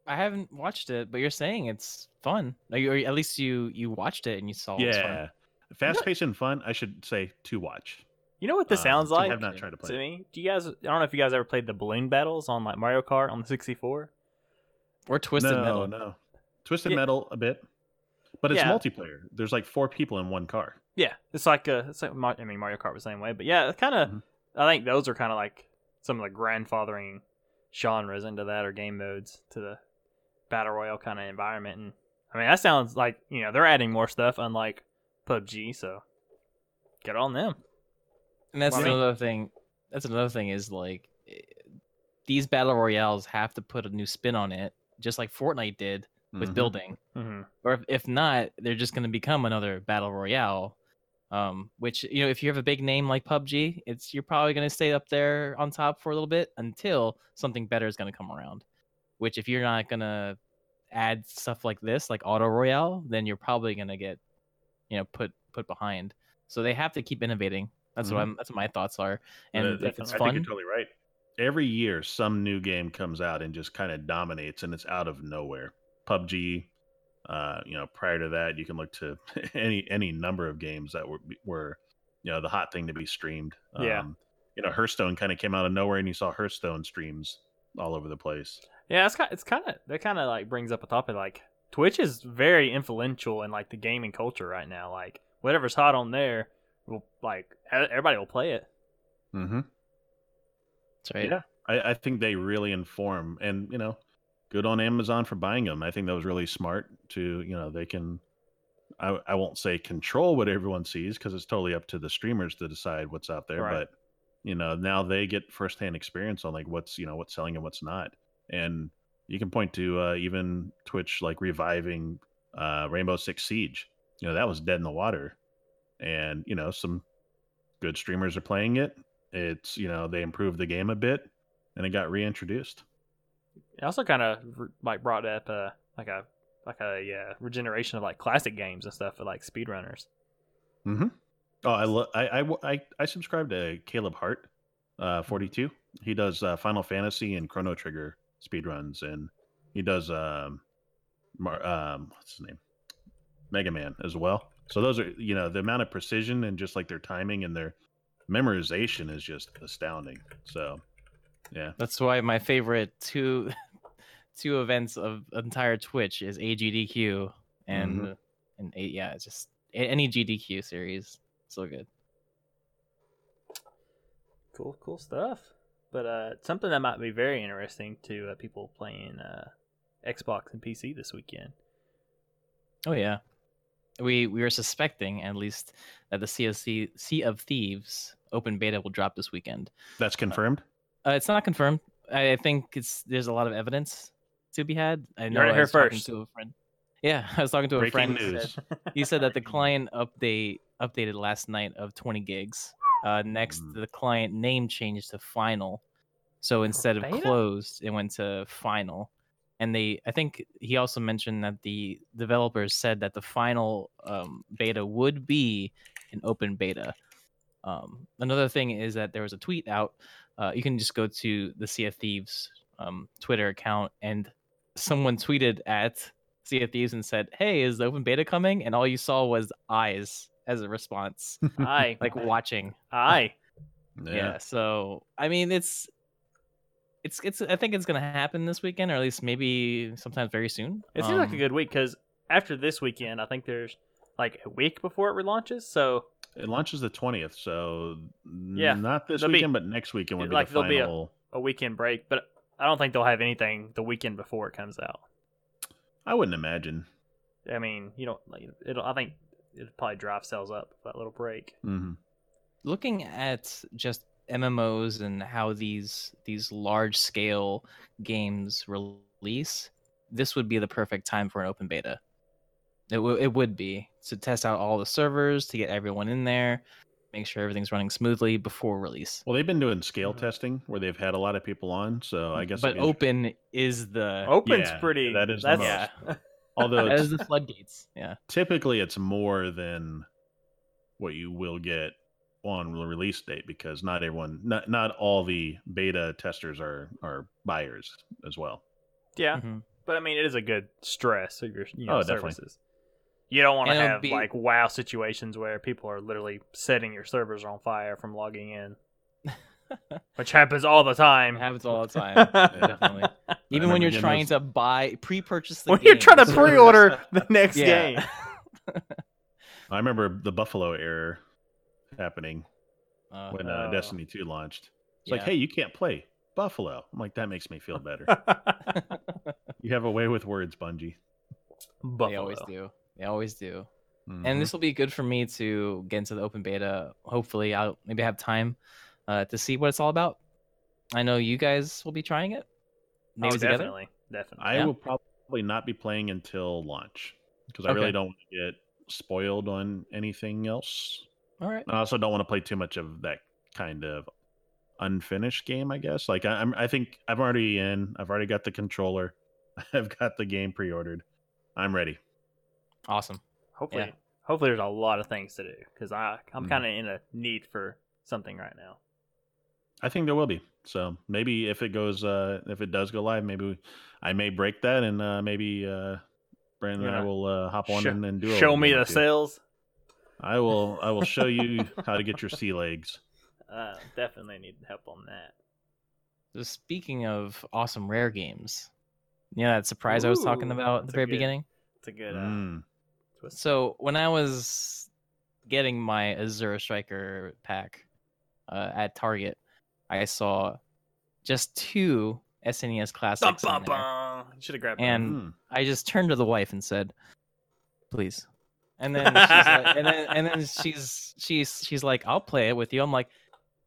Speaker 4: I haven't watched it, but you're saying it's fun. Like, or at Oh, least you you watched it and you saw. It's fun.
Speaker 3: yeah fast paced and fun i should say to watch
Speaker 1: You know what this
Speaker 3: Uh,
Speaker 1: sounds
Speaker 3: so I
Speaker 1: like
Speaker 3: have not tried
Speaker 1: to
Speaker 3: to play. it.
Speaker 1: me? Do you guys? I don't know if you guys ever played the balloon battles on like Mario Kart on the 64.
Speaker 4: Or Twisted
Speaker 3: no,
Speaker 4: Metal.
Speaker 3: no, Twisted
Speaker 1: Yeah.
Speaker 3: Metal a bit, but it's
Speaker 1: Yeah.
Speaker 3: multiplayer. There's like four people in one car.
Speaker 1: Yeah, it's like uh it's like Mar- I mean Mario Kart was the same way, but yeah, kind of.
Speaker 3: Mhm.
Speaker 1: I think those are kind of like some of the grandfathering genres into that or game modes to the battle royale kind of environment. And I mean that sounds like you know they're adding more stuff, unlike PUBG. So good on them.
Speaker 4: And that's
Speaker 1: Well, I mean-
Speaker 4: another thing. That's another thing is like eh, these battle royales have to put a new spin on it, just like Fortnite did with
Speaker 3: Mhm.
Speaker 4: building.
Speaker 1: hmm
Speaker 4: Or if, if not, they're just going to become another battle royale. Um, which you know, if you have a big name like PUBG, it's you're probably going to stay up there on top for a little bit until something better is going to come around. Which if you're not going to add stuff like this, like auto royale, then you're probably going to get you know put put behind. So they have to keep innovating. That's
Speaker 3: Mhm.
Speaker 4: what I'm. That's what my thoughts are. And
Speaker 3: Uh,
Speaker 4: if it's
Speaker 3: I
Speaker 4: fun,
Speaker 3: think you're totally right. Every year, some new game comes out and just kind of dominates, and it's out of nowhere. PUBG, uh, you know, prior to that, you can look to any any number of games that were were you know the hot thing to be streamed. Um,
Speaker 1: Yeah.
Speaker 3: you know, Hearthstone kind of came out of nowhere, and you saw Hearthstone streams all over the place.
Speaker 1: Yeah, it's kind. It's kind of that kind of like brings up a topic like Twitch is very influential in like the gaming culture right now. Like whatever's hot on there, will like e- everybody will play it.
Speaker 3: Mm-hmm.
Speaker 4: that's right.
Speaker 3: Yeah. I, I think they really inform, and you know, good on Amazon for buying them. I think that was really smart to you know they can. I, I won't say control what everyone sees because it's totally up to the streamers to decide what's out there.
Speaker 1: Right.
Speaker 3: But you know now they get firsthand experience on like what's you know what's selling and what's not, and you can point to uh, even Twitch like reviving uh, Rainbow Six Siege. You know that was dead in the water, and you know some good streamers are playing it. It's you know they improved the game a bit, and it got reintroduced.
Speaker 1: It also kind of like brought up uh, like a like a uh, regeneration of like classic games and stuff for like speedrunners.
Speaker 3: Oh, I lo- I, I w- I- I subscribe to Caleb Hart,
Speaker 1: Mm-hmm.
Speaker 3: uh, forty two. He does uh, Final Fantasy and Chrono Trigger speedruns, and he does um, Mar- um, what's his name, Mega Man as well. So those are you know the amount of precision and just like their timing and their memorization is just astounding. So
Speaker 4: That's why my favorite two two events of entire Twitch is AGDQ and
Speaker 1: Mm-hmm.
Speaker 4: uh, and eight yeah, it's just a- any GDQ series. So good.
Speaker 1: Cool, cool stuff. But uh, something that might be very interesting to uh, people playing uh, Xbox and PC this weekend.
Speaker 4: Oh yeah. We we are suspecting at least that the COC Sea of Thieves open beta will drop this weekend.
Speaker 3: that's confirmed.
Speaker 4: Uh, it's not confirmed. I I think it's there's a lot of evidence to be had. I know
Speaker 1: heard it
Speaker 4: I
Speaker 1: here
Speaker 4: was talking
Speaker 1: first.
Speaker 4: to a friend. Yeah, I was talking to a
Speaker 3: Breaking
Speaker 4: friend. who said-
Speaker 3: news.
Speaker 4: he said that the client update updated last night of 20 gigs. Uh, next,
Speaker 3: Mm.
Speaker 4: the client name changed to final, so instead of
Speaker 1: beta?
Speaker 4: closed, it went to final. And they, I think he also mentioned that the developers said that the final um, beta would be an open beta. Um, another thing is that there was a tweet out. Uh, you can just go to the Sea of Thieves um, Twitter account, and someone tweeted at Sea of Thieves and said, "Hey, is the open beta coming?" And all you saw was eyes as a response,
Speaker 1: Aye,
Speaker 4: like watching.
Speaker 1: aye.
Speaker 4: Yeah. So I mean, it's it's it's. I think it's gonna happen this weekend, or at least maybe sometime very soon.
Speaker 1: It seems like a
Speaker 4: Um,
Speaker 1: good week because after this weekend, I think there's like a week before it relaunches. So
Speaker 3: It launches the twentieth, so
Speaker 1: Yeah,
Speaker 3: not this
Speaker 1: there'll be-
Speaker 3: weekend, but next weekend will be
Speaker 1: like,
Speaker 3: the
Speaker 1: there'll be a-
Speaker 3: final.
Speaker 1: a weekend break, but I don't think they'll have anything the weekend before it comes out.
Speaker 3: I wouldn't imagine.
Speaker 1: I mean, you don't. Like, it'll. I think it'll probably drive sales up that little break.
Speaker 3: Mm-hmm.
Speaker 4: looking at just MMOs and how these these large scale games release, this would be the perfect time for an open beta. It, w- it would be to test out all the servers to get everyone in there, make sure everything's running smoothly before release.
Speaker 3: Well, they've been doing scale
Speaker 1: Mhm.
Speaker 3: testing where they've had a lot of people on, so I guess.
Speaker 4: Mm, but
Speaker 3: it'd be interesting.
Speaker 4: open is the
Speaker 1: Open's
Speaker 3: yeah,
Speaker 1: pretty.
Speaker 3: that is the
Speaker 1: that's,
Speaker 4: most.
Speaker 3: although
Speaker 4: that
Speaker 3: it's-
Speaker 4: is the floodgates. Yeah,
Speaker 3: typically it's more than what you will get on the release date because not everyone, not not all the beta testers are are buyers as well.
Speaker 1: Yeah,
Speaker 4: Mhm.
Speaker 1: but I mean, it is a good stress of your you know,
Speaker 3: Oh, definitely.
Speaker 1: services. You don't want to
Speaker 4: And it'll
Speaker 1: have
Speaker 4: be-
Speaker 1: like wow situations where people are literally setting your servers on fire from logging in, which happens all the
Speaker 4: It
Speaker 1: time.
Speaker 4: happens all the time. definitely. Even when
Speaker 3: remember
Speaker 4: you're
Speaker 3: getting
Speaker 4: trying
Speaker 3: those-
Speaker 4: to buy pre-purchase the
Speaker 1: when
Speaker 4: game,
Speaker 1: you're trying to
Speaker 4: so-
Speaker 1: pre-order the next
Speaker 4: Yeah.
Speaker 1: game.
Speaker 3: I remember the Buffalo error happening
Speaker 4: Uh,
Speaker 3: when uh,
Speaker 1: Uh-oh.
Speaker 3: Destiny 2 launched. It's like,
Speaker 4: yeah.
Speaker 3: hey, you can't play Buffalo. I'm like, that makes me feel better. you have a way with words, Bungie.
Speaker 4: they
Speaker 1: Buffalo.
Speaker 4: always
Speaker 1: Mm-hmm.
Speaker 4: do. They always do.
Speaker 3: Mhm.
Speaker 4: and this will be good for me to get into the open beta. Hopefully, I'll maybe have time uh, to see what it's all about. I know you guys will be trying it,
Speaker 1: Oh,
Speaker 4: maybe together.
Speaker 1: definitely, definitely.
Speaker 3: I
Speaker 4: Yeah.
Speaker 3: will probably not be playing until launch because I
Speaker 4: Okay.
Speaker 3: really don't want to get spoiled on anything else.
Speaker 4: All right.
Speaker 3: I also don't want to play too much of that kind of unfinished game. I guess like I, I'm. I think I'm already in. I've already got the controller. I've got the game pre-ordered. I'm ready.
Speaker 4: Awesome.
Speaker 1: Hopefully, hopefully there's a lot of things to do because I I'm
Speaker 3: Mhm.
Speaker 1: kind of in a need for something right now.
Speaker 3: I think there will be. So maybe if it goes, uh, if it does go live, maybe we, I may break that and uh, maybe uh, Brandon and I
Speaker 1: Yeah.
Speaker 3: will uh, hop on
Speaker 1: Sho-
Speaker 3: and, and do. a
Speaker 1: Show
Speaker 3: little
Speaker 1: me
Speaker 3: game or
Speaker 1: the
Speaker 3: two.
Speaker 1: sales.
Speaker 3: I will. I will show you how to get your sea legs.
Speaker 1: Uh, definitely need help on that.
Speaker 4: So speaking of awesome rare games, you know that surprise I was talking
Speaker 1: Ooh,
Speaker 4: about at the
Speaker 1: that's a
Speaker 4: very
Speaker 1: good-
Speaker 4: beginning.
Speaker 1: It's a good. Uh,
Speaker 3: Mm.
Speaker 1: twist.
Speaker 4: So when I was getting my Azura Striker pack uh, at Target, I saw just two SNES
Speaker 1: Bum,
Speaker 4: classics. in
Speaker 1: bum,
Speaker 4: there.
Speaker 1: bum. You should have grabbed.
Speaker 4: And-
Speaker 3: Mm.
Speaker 4: I just turned to the wife and said, "Please." And then she's like, and then and then she's she's she's like, "I'll play it with you." I'm like,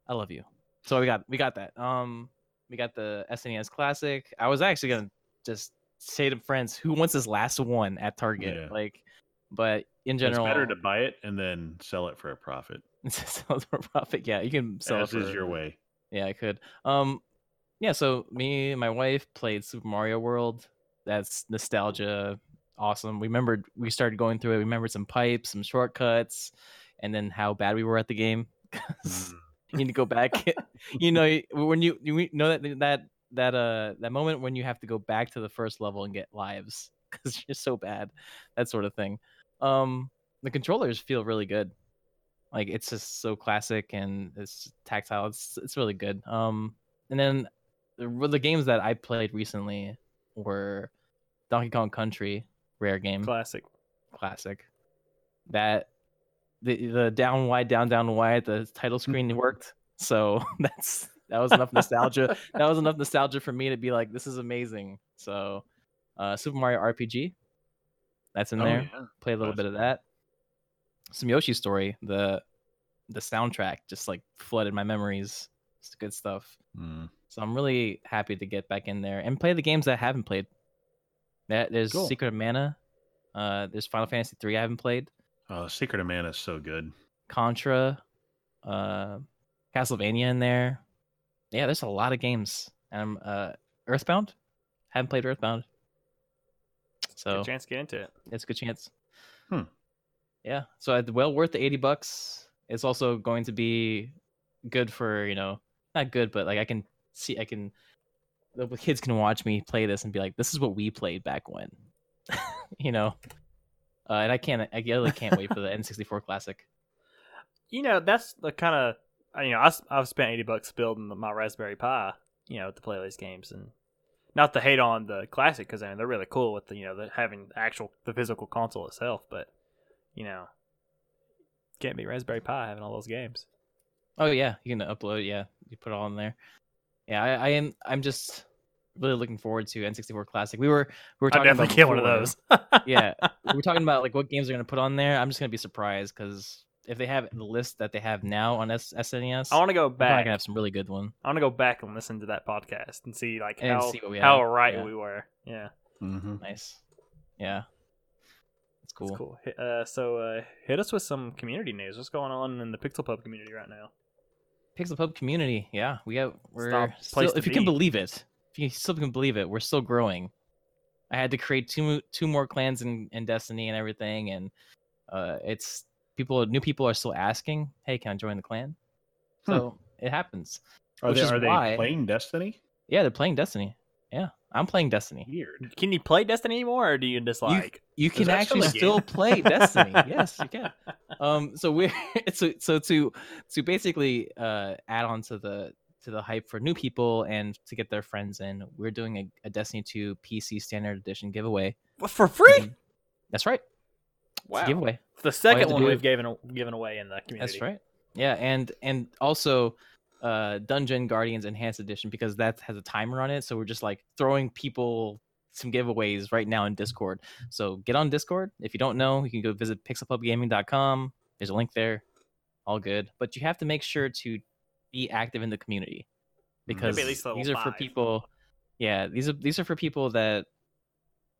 Speaker 4: "I love you." So we got we got that. Um, we got the SNES Classic. I was actually gonna just say to friends, "Who wants this last one at Target?"
Speaker 3: Yeah.
Speaker 4: Like, but in
Speaker 3: It's
Speaker 4: general,
Speaker 3: better to buy it and then sell it for a profit.
Speaker 4: sell it for profit. Yeah, you can sell
Speaker 3: As
Speaker 4: it
Speaker 3: is
Speaker 4: for-
Speaker 3: your way.
Speaker 4: Yeah, I could. Um, yeah. So me and my wife played Super Mario World. That's nostalgia, awesome. We remembered we started going through it. We remembered some pipes, some shortcuts, and then how bad we were at the game.
Speaker 3: Mm.
Speaker 4: 'Cause you need to go back. you know you- when you you know that that that uh that moment when you have to go back to the first level and get lives because you're so bad, that sort of thing. Um, the controllers feel really good like it's just so classic and it's tactile it's it's really good um and then the, well, the games that i played recently were donkey kong country rare game
Speaker 1: Classic.
Speaker 4: classic that the the down wide down down wide the title
Speaker 3: Hmm.
Speaker 4: screen worked so that's that was enough nostalgia that was enough nostalgia for me to be like this is amazing so uh super mario rpg that's in
Speaker 3: Oh,
Speaker 4: there
Speaker 3: yeah.
Speaker 4: play a little bit of that. Some Yoshi story, the the soundtrack just like flooded my memories. It's good stuff.
Speaker 3: Mm.
Speaker 4: So I'm really happy to get back in there and play the games that I haven't played. That there's
Speaker 3: Cool.
Speaker 4: Secret of Mana, uh, there's Final Fantasy three I haven't played,
Speaker 3: Oh, Secret of Mana is so good.
Speaker 4: Contra, uh, Castlevania in there. Yeah, there's a lot of games. And I'm uh, Earthbound, haven't played Earthbound. So
Speaker 1: Good chance to get into it.
Speaker 4: it's a good chance.
Speaker 3: Hmm.
Speaker 4: Yeah, so it's well worth the eighty bucks. It's also going to be good for you know not good, but like I can see I can the kids can watch me play this and be like, this is what we played back when, you know. Uh, and I can't, I really can't wait for the N64 Classic.
Speaker 1: You know that's the kind of you know I, have spent eighty bucks building my Raspberry Pi. You know to play these games and not to hate on the classic because I mean they're really cool with the, you know the, having the actual the physical console itself, but you know can't be Raspberry Pi having all those games.
Speaker 4: Oh yeah, you can upload. Yeah, you put it all in there. Yeah, I, I am. I'm just really looking forward to N64 Classic. We were we were
Speaker 1: I
Speaker 4: talking about
Speaker 1: definitely get one of
Speaker 4: before-
Speaker 1: those.
Speaker 4: yeah we're talking about like what games are going to put on there i'm just going to be surprised because if they have the list that they have now on S- snes
Speaker 1: I want to go
Speaker 4: they're probably
Speaker 1: back.
Speaker 4: gonna have some really good one
Speaker 1: I want to go back and listen to that podcast and see like
Speaker 4: And
Speaker 1: how
Speaker 4: see what we
Speaker 1: how
Speaker 4: have.
Speaker 1: right
Speaker 4: Yeah.
Speaker 1: we were. Yeah,
Speaker 3: Mhm.
Speaker 4: nice yeah that's cool,
Speaker 1: it's cool. Hi- Uh, so uh, hit us with some community news. What's going on in the Pixel Pub community right now?
Speaker 4: pixel pub community yeah we have we're
Speaker 1: Stop.
Speaker 4: still,
Speaker 1: Place to
Speaker 4: if you can
Speaker 1: be.
Speaker 4: believe it if you still can believe it we're still growing i had to create two mo- two more clans in, in destiny and everything and uh it's people new people are still asking hey can i join the clan
Speaker 3: Hmm.
Speaker 4: so it happens
Speaker 3: Are
Speaker 4: Which
Speaker 3: they,
Speaker 4: is
Speaker 3: are they
Speaker 4: why-
Speaker 3: playing Destiny?
Speaker 4: yeah they're playing destiny Yeah, I'm playing Destiny.
Speaker 3: Weird.
Speaker 1: Can you play Destiny anymore, or do you dislike?
Speaker 4: You
Speaker 3: There's
Speaker 4: can
Speaker 3: actually
Speaker 4: actually
Speaker 3: a game.
Speaker 4: still play Destiny. Yes, you can. Um, so we're so so to to basically uh, add on to the to the hype for new people and to get their friends in, we're doing a, a Destiny 2 PC Standard Edition giveaway.
Speaker 1: What, For free?
Speaker 4: And- That's right. It's
Speaker 1: Wow.
Speaker 4: a giveaway.
Speaker 1: It's the second
Speaker 4: to
Speaker 1: one
Speaker 4: do-
Speaker 1: we've given given away in the community.
Speaker 4: That's right. Yeah, and and also uh Dungeon Guardians Enhanced Edition because that has a timer on it. So we're just like throwing people some giveaways right now in Discord. So get on Discord. If you don't know, you can go visit pixelpubgaming.com. There's a link there. All good. But you have to make sure to be active in the community because
Speaker 1: Maybe
Speaker 3: Mm-hmm.
Speaker 1: at least level
Speaker 4: these are for
Speaker 1: five.
Speaker 4: people yeah these are these are for people that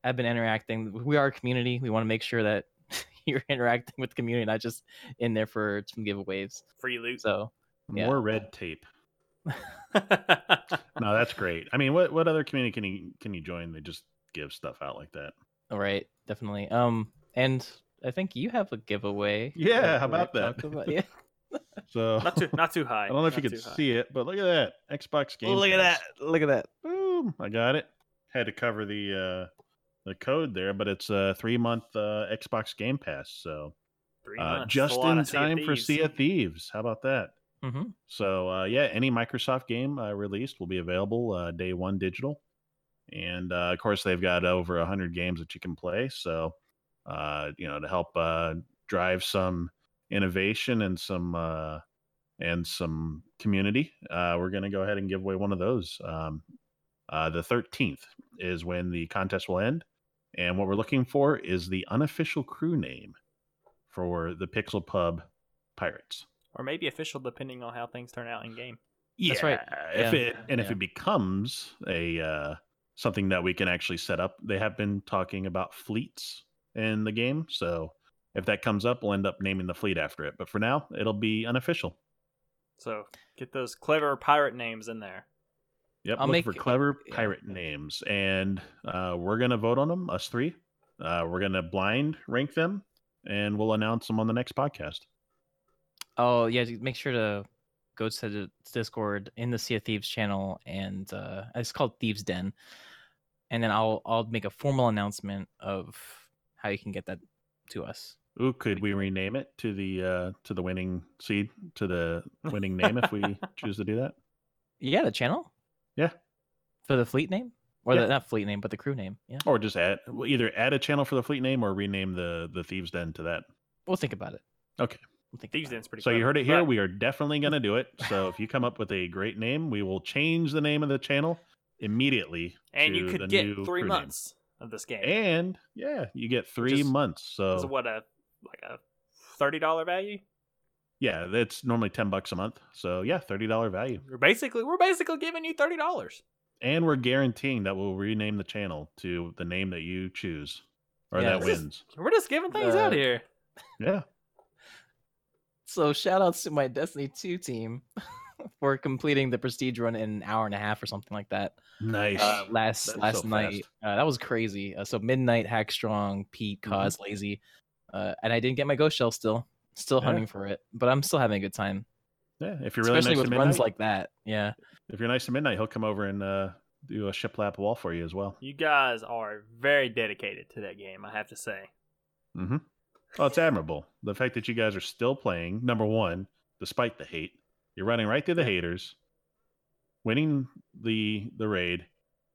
Speaker 4: have been interacting we are a community we want to make sure that you're interacting with the community not just in there for some giveaways
Speaker 1: Free loot.
Speaker 4: so Yeah.
Speaker 3: More red tape. No, that's great. I mean, what what other community can you can you join? They just give stuff out like that.
Speaker 4: all right definitely um and i think you have a giveaway
Speaker 3: Yeah,
Speaker 4: that
Speaker 3: how
Speaker 4: we
Speaker 3: about that?
Speaker 4: talked about. yeah
Speaker 3: So
Speaker 1: not too not too high.
Speaker 3: I don't know if you
Speaker 1: Not
Speaker 3: could
Speaker 1: too high.
Speaker 3: see it, but look at that Xbox game.
Speaker 4: look at
Speaker 3: Pass.
Speaker 4: that look at that
Speaker 3: Boom! I got it. Had to cover the uh, the code there, but it's a three month uh, Xbox Game Pass, so
Speaker 1: Three
Speaker 3: uh,
Speaker 1: months,
Speaker 3: just
Speaker 1: a lot
Speaker 3: in
Speaker 1: of Sea of
Speaker 3: time for
Speaker 1: Thieves.
Speaker 3: Sea of Thieves. How about that?
Speaker 4: hmm
Speaker 3: So uh, yeah, any Microsoft game uh, released will be available uh, day one digital, and uh, of course they've got over hundred games that you can play. So uh, you know to help uh, drive some innovation and some uh, and some community, uh, we're going to go ahead and give away one of those. Um, uh, the thirteenth is when the contest will end, and what we're looking for is the unofficial crew name for the Pixel Pub Pirates.
Speaker 1: or maybe official, depending on how things turn out in game.
Speaker 4: That's right.
Speaker 3: If
Speaker 4: Yeah.
Speaker 3: it and if
Speaker 4: Yeah.
Speaker 3: it becomes a uh, something that we can actually set up, they have been talking about fleets in the game. So if that comes up, we'll end up naming the fleet after it. But for now, it'll be unofficial.
Speaker 1: So get those clever pirate names in there.
Speaker 3: Yep.
Speaker 4: I'll
Speaker 3: look
Speaker 4: make-
Speaker 3: for clever
Speaker 4: yeah.
Speaker 3: pirate names, and uh, we're gonna vote on them. Us three. Uh, we're gonna blind rank them, and we'll announce them on the next podcast.
Speaker 4: Oh yeah, just make sure to go to the Discord in the Sea of Thieves channel, and uh, it's called Thieves Den. And then I'll I'll make a formal announcement of how you can get that to us.
Speaker 3: Ooh, could we rename it to the uh, to the winning seed to the winning name if we choose to do that?
Speaker 4: Yeah, the channel.
Speaker 3: Yeah.
Speaker 4: For the fleet name, or
Speaker 3: Yeah.
Speaker 4: the, not fleet name, but the crew name. Yeah,
Speaker 3: or just add well, either add a channel for the fleet name or rename the the thieves den to that
Speaker 4: we'll think about it.
Speaker 3: Okay.
Speaker 4: We'll think
Speaker 1: Thieves
Speaker 4: about it.
Speaker 1: Den's pretty.
Speaker 3: so you
Speaker 1: clever.
Speaker 3: heard it here
Speaker 1: But
Speaker 3: we are definitely going to do it so if you come up with a great name we will change the name of the channel immediately
Speaker 1: and
Speaker 3: to
Speaker 1: you
Speaker 3: the
Speaker 1: could
Speaker 3: new
Speaker 1: get three
Speaker 3: crew name.
Speaker 1: months of this game.
Speaker 3: and yeah you get three
Speaker 1: is-
Speaker 3: months so
Speaker 1: It's what a like a thirty dollar value.
Speaker 3: yeah that's normally 10 bucks a month so yeah $30 value
Speaker 1: We're basically we're basically giving you thirty dollars.
Speaker 3: and we're guaranteeing that we'll rename the channel to the name that you choose or
Speaker 4: Yeah,
Speaker 3: that
Speaker 1: this is-
Speaker 3: wins
Speaker 1: We're just giving things
Speaker 4: Uh,
Speaker 1: out here.
Speaker 3: yeah
Speaker 4: So shout outs to my Destiny Two team for completing the prestige run in an hour and a half or something like that.
Speaker 3: nice
Speaker 4: uh, last
Speaker 3: That's
Speaker 4: last
Speaker 3: so
Speaker 4: night. Uh, that was crazy. Uh, so midnight hack strong Pete
Speaker 3: Mhm.
Speaker 4: cause lazy, uh, and I didn't get my ghost shell still. Still
Speaker 3: Yeah.
Speaker 4: hunting for it, but I'm still having a good time,
Speaker 3: yeah if you're really
Speaker 4: especially
Speaker 3: nice
Speaker 4: with
Speaker 3: to
Speaker 4: runs
Speaker 3: Midnight-
Speaker 4: like that. Yeah,
Speaker 3: If you're nice to midnight, he'll come over and uh, do a shiplap wall for you as well.
Speaker 1: You guys are very dedicated to that game, I have to say.
Speaker 3: Mm-hmm. Oh, it's admirable. The fact that you guys are still playing, number one, despite the hate, you're running right through the haters, winning the the raid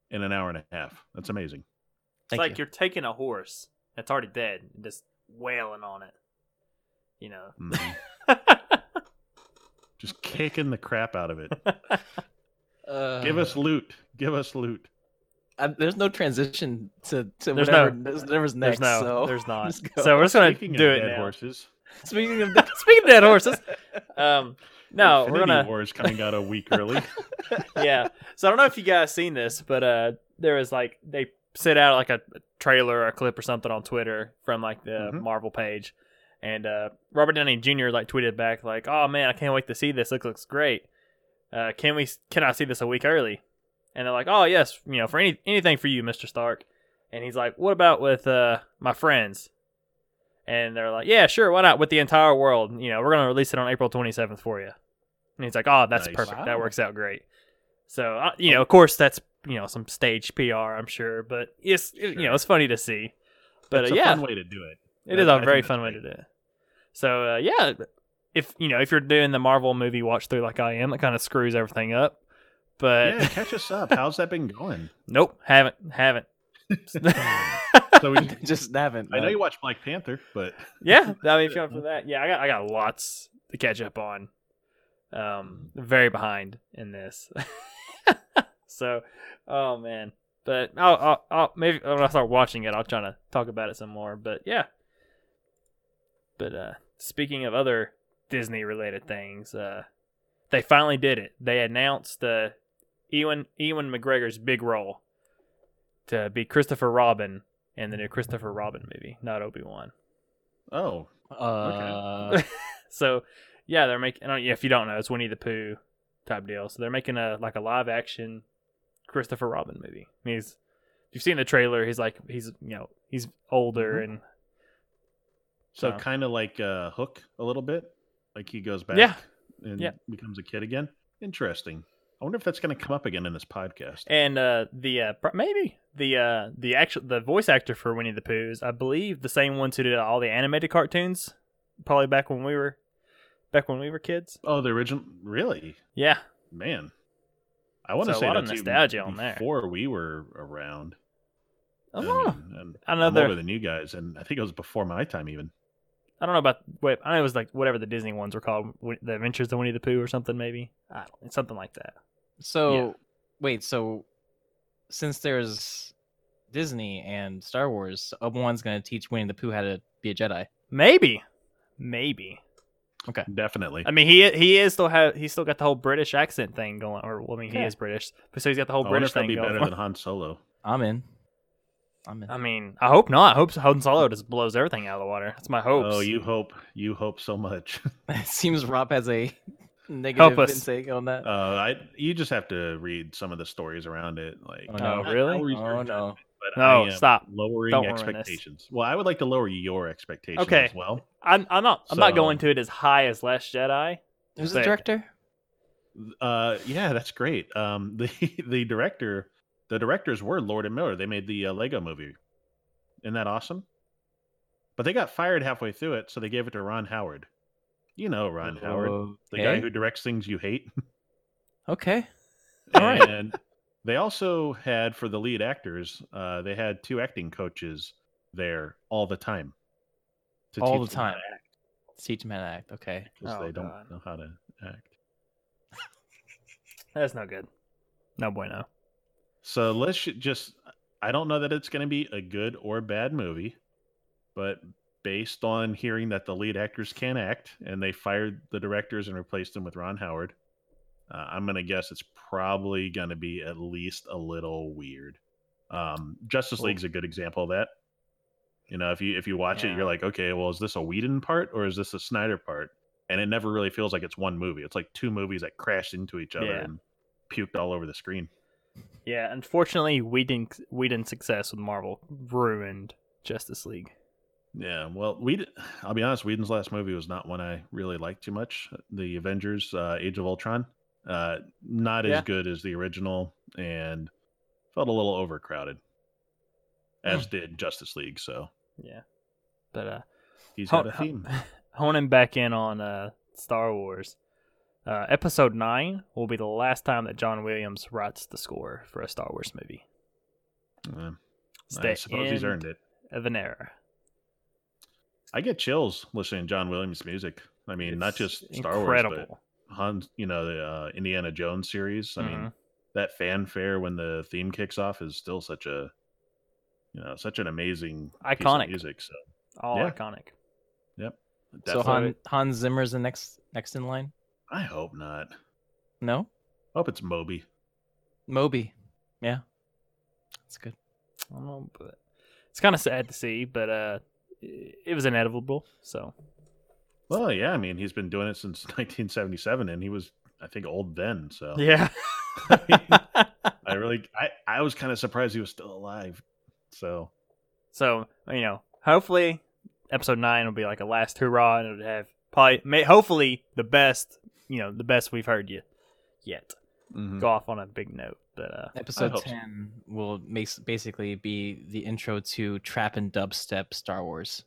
Speaker 3: in an hour and a half. That's amazing.
Speaker 1: It's
Speaker 4: thank
Speaker 1: like
Speaker 4: you.
Speaker 1: are taking a horse that's already dead and just wailing on it. You know.
Speaker 3: Mhm. Just kicking the crap out of it.
Speaker 4: Uh,
Speaker 3: Give us loot. Give us loot.
Speaker 4: I, there's no transition to to
Speaker 1: There's
Speaker 4: whatever
Speaker 1: no-
Speaker 4: there's, whatever's
Speaker 1: there's
Speaker 4: next.
Speaker 1: no
Speaker 4: so.
Speaker 1: there's not.
Speaker 4: Let's go.
Speaker 1: So we're just gonna
Speaker 3: Speaking
Speaker 1: do
Speaker 3: of
Speaker 1: it
Speaker 3: dead
Speaker 1: now.
Speaker 3: horses,
Speaker 1: Speaking of speaking of dead horses. Um no, we're
Speaker 3: Infinity
Speaker 1: gonna
Speaker 3: War is coming out a week early.
Speaker 1: yeah. So I don't know if you guys seen this, but uh, there was like they sent out like a trailer or a clip or something on Twitter from like the
Speaker 3: Mhm.
Speaker 1: Marvel page, and uh, Robert Downey Jr. like tweeted back like, "Oh man, I can't wait to see this. Look, looks great. Uh, can we? Can I see this a week early?" And they're like, "Oh yes, you know, for any anything for you, Mister Stark." And he's like, "What about with uh, my friends?" And they're like, "Yeah, sure, why not? With the entire world, you know, we're gonna release it on April 27th for you." And he's like, "Oh, that's
Speaker 3: Nice. Oh.
Speaker 1: perfect.
Speaker 4: Wow.
Speaker 1: That works out great." So uh, you know, of course, that's you know some stage PR, I'm sure. But it's it- you know
Speaker 3: Sure.
Speaker 1: it's funny to see. But
Speaker 3: it's
Speaker 1: uh,
Speaker 3: a
Speaker 1: yeah,
Speaker 3: fun way to do it.
Speaker 1: it
Speaker 3: I-
Speaker 1: is
Speaker 3: I
Speaker 1: a
Speaker 3: think
Speaker 1: very
Speaker 3: that's
Speaker 1: fun way
Speaker 3: great.
Speaker 1: to do it. So uh, yeah, if you know if you're doing the Marvel movie watch through like I am, that kind of screws everything up. But
Speaker 3: yeah, catch us up. How's that been going?
Speaker 1: nope, haven't haven't.
Speaker 3: So we,
Speaker 4: just haven't.
Speaker 3: I know
Speaker 4: uh,
Speaker 3: you watch Black Panther, but
Speaker 1: yeah, I mean, if you're up for that, yeah, I got I got lots to catch up on. Um, very behind in this. so, oh man, but I'll, I'll, I'll maybe when I start watching it, I'll try to talk about it some more. But yeah, but uh, speaking of other Disney related things, uh, they finally did it. They announced uh, Ewan Ewan McGregor's big role to be Christopher Robin in the new Christopher Robin movie, not Obi Wan.
Speaker 3: oh,
Speaker 4: Uh,
Speaker 1: So yeah, they're making. I don't, yeah, if you don't know, it's Winnie the Pooh type deal. So they're making a like a live action Christopher Robin movie. And he's you've seen the trailer. He's like he's you know he's older
Speaker 3: Mhm.
Speaker 1: and
Speaker 3: so
Speaker 1: Oh.
Speaker 3: kind of like uh, Hook a little bit, like he goes back
Speaker 1: Yeah.
Speaker 3: and
Speaker 1: Yeah.
Speaker 3: becomes a kid again. Interesting. I wonder if that's going to come up again in this podcast.
Speaker 1: and uh, the uh, pro- maybe the uh, the actual the voice actor for Winnie the Pooh is I believe the same ones who did all the animated cartoons. Probably back when we were back when we were kids.
Speaker 3: Oh, the original, really?
Speaker 1: Yeah,
Speaker 3: Man, I want to
Speaker 1: So a
Speaker 3: say
Speaker 1: lot of
Speaker 3: that's even
Speaker 1: nostalgia on there. Uh-huh.
Speaker 3: Before we were around,
Speaker 1: I don't
Speaker 3: I
Speaker 1: know.
Speaker 3: mean, I'm-
Speaker 1: I
Speaker 3: Um, I'm
Speaker 1: know they're-
Speaker 3: older than you guys, and I think it was before my time even.
Speaker 1: I don't know about wait, I know it was like whatever the Disney ones were called, Win- the Adventures of Winnie the Pooh or something maybe. I don't, something like that.
Speaker 4: so wait, so since there's Disney and Star Wars, Obi-Wan's gonna teach Winnie the Pooh how to be a Jedi.
Speaker 1: Maybe, maybe.
Speaker 3: Definitely.
Speaker 1: I mean, he he is still have he's still got the whole British accent thing going. Or well, I mean, he
Speaker 4: Yeah.
Speaker 1: is British, but so he's got the whole
Speaker 3: I wonder
Speaker 1: British
Speaker 3: if that'd
Speaker 1: thing
Speaker 3: be
Speaker 1: going.
Speaker 3: better than Han Solo.
Speaker 4: I'm in. I'm in.
Speaker 1: I mean, I hope not. I hope Han Solo just blows everything out of the water. That's my hopes.
Speaker 3: Oh, you hope you hope so much.
Speaker 4: it seems Rob has a negative
Speaker 1: us.
Speaker 4: intake on that.
Speaker 3: Uh, I you just have to read some of the stories around it. Like,
Speaker 4: Oh, no.
Speaker 1: Oh, really?
Speaker 3: I'll reserve
Speaker 4: oh
Speaker 3: judgment,
Speaker 4: no.
Speaker 3: but I uh,
Speaker 1: No,
Speaker 3: am
Speaker 1: stop.
Speaker 3: Lowering
Speaker 1: Don't ruin this.
Speaker 3: expectations. Well, I would like to lower your expectations
Speaker 1: Okay.
Speaker 3: as well.
Speaker 1: I'm I'm not I'm not
Speaker 3: So- um,
Speaker 1: going to it as high as Last Jedi.
Speaker 4: Who's the
Speaker 1: Sick.
Speaker 4: director?
Speaker 3: Uh, yeah, that's great. Um, the the director, the directors were Lord and Miller. They made the uh, Lego Movie. Isn't that awesome? But they got fired halfway through it, so they gave it to Ron Howard. You know Ron
Speaker 4: Oh,
Speaker 3: Howard, the guy
Speaker 4: Uh, Okay.
Speaker 3: who directs things you hate.
Speaker 4: Okay.
Speaker 1: All right.
Speaker 3: And they also had for the lead actors, uh, they had two acting coaches there all the time. to
Speaker 4: All
Speaker 3: teach
Speaker 4: the
Speaker 3: them how
Speaker 4: time.
Speaker 3: to act,
Speaker 4: Teach him how to act. Okay.
Speaker 3: 'cause
Speaker 1: Oh,
Speaker 3: they don't
Speaker 1: God.
Speaker 3: know how to act.
Speaker 1: That's no good. No bueno.
Speaker 3: So let's sh- just I don't know that it's going to be a good or bad movie, but based on hearing that the lead actors can act and they fired the directors and replaced them with Ron Howard, uh, I'm going to guess it's probably going to be at least a little weird. Um, Justice
Speaker 1: Cool.
Speaker 3: League's a good example of that. You know, if you if you watch it,
Speaker 1: Yeah.
Speaker 3: you're like, okay, well, is this a Whedon part or is this a Snyder part? And it never really feels like it's one movie. It's like two movies that crashed into each other
Speaker 1: Yeah.
Speaker 3: and puked all over the screen.
Speaker 1: Yeah, unfortunately, Whedon Whedon's success with Marvel ruined Justice League.
Speaker 3: Yeah, well, we d- I'll be honest, Whedon's last movie was not one I really liked too much. The Avengers uh, Age of Ultron, uh, not as
Speaker 1: Yeah.
Speaker 3: good as the original and felt a little overcrowded as
Speaker 1: Mm.
Speaker 3: did Justice League, so
Speaker 1: Yeah, but uh,
Speaker 3: he's
Speaker 1: Hon-
Speaker 3: got a theme.
Speaker 1: hon- Honing back in on uh, Star Wars, uh, episode nine will be the last time that John Williams writes the score for a Star Wars movie.
Speaker 3: Yeah,
Speaker 1: It's
Speaker 3: I
Speaker 1: the
Speaker 3: suppose he's
Speaker 1: end
Speaker 3: earned it.
Speaker 1: Of an era.
Speaker 3: I get chills listening to John Williams' music. I mean, not
Speaker 1: It's
Speaker 3: just Star Wars, but Han, you know, the uh, Indiana Jones series. I mean,
Speaker 1: Mhm.
Speaker 3: that fanfare when the theme kicks off is still such a you know such an amazing piece of
Speaker 1: Iconic.
Speaker 3: music so
Speaker 1: all
Speaker 3: yeah.
Speaker 1: iconic.
Speaker 4: so
Speaker 3: definitely-
Speaker 4: Han Hans Zimmer's the next next in line.
Speaker 3: i hope not
Speaker 4: No,
Speaker 3: hope it's moby
Speaker 4: Moby. Yeah, that's good.
Speaker 1: I don't know, but it's kind of sad to see, but uh, it it was inevitable. So
Speaker 3: well yeah i mean he's been doing it since 1977 and he was i think old then so
Speaker 1: yeah,
Speaker 3: i really i i was kind of surprised he was still alive so
Speaker 1: So you know, hopefully, episode nine will be like a last hurrah, and it'll have probably, may, hopefully, the best you know, the best we've heard you yet.
Speaker 3: Mhm.
Speaker 4: Mm-hmm.
Speaker 1: go off on a big note, but uh,
Speaker 4: Episode
Speaker 3: hope so.
Speaker 4: 10 will mas- basically be the intro to Trap and Dubstep Star Wars.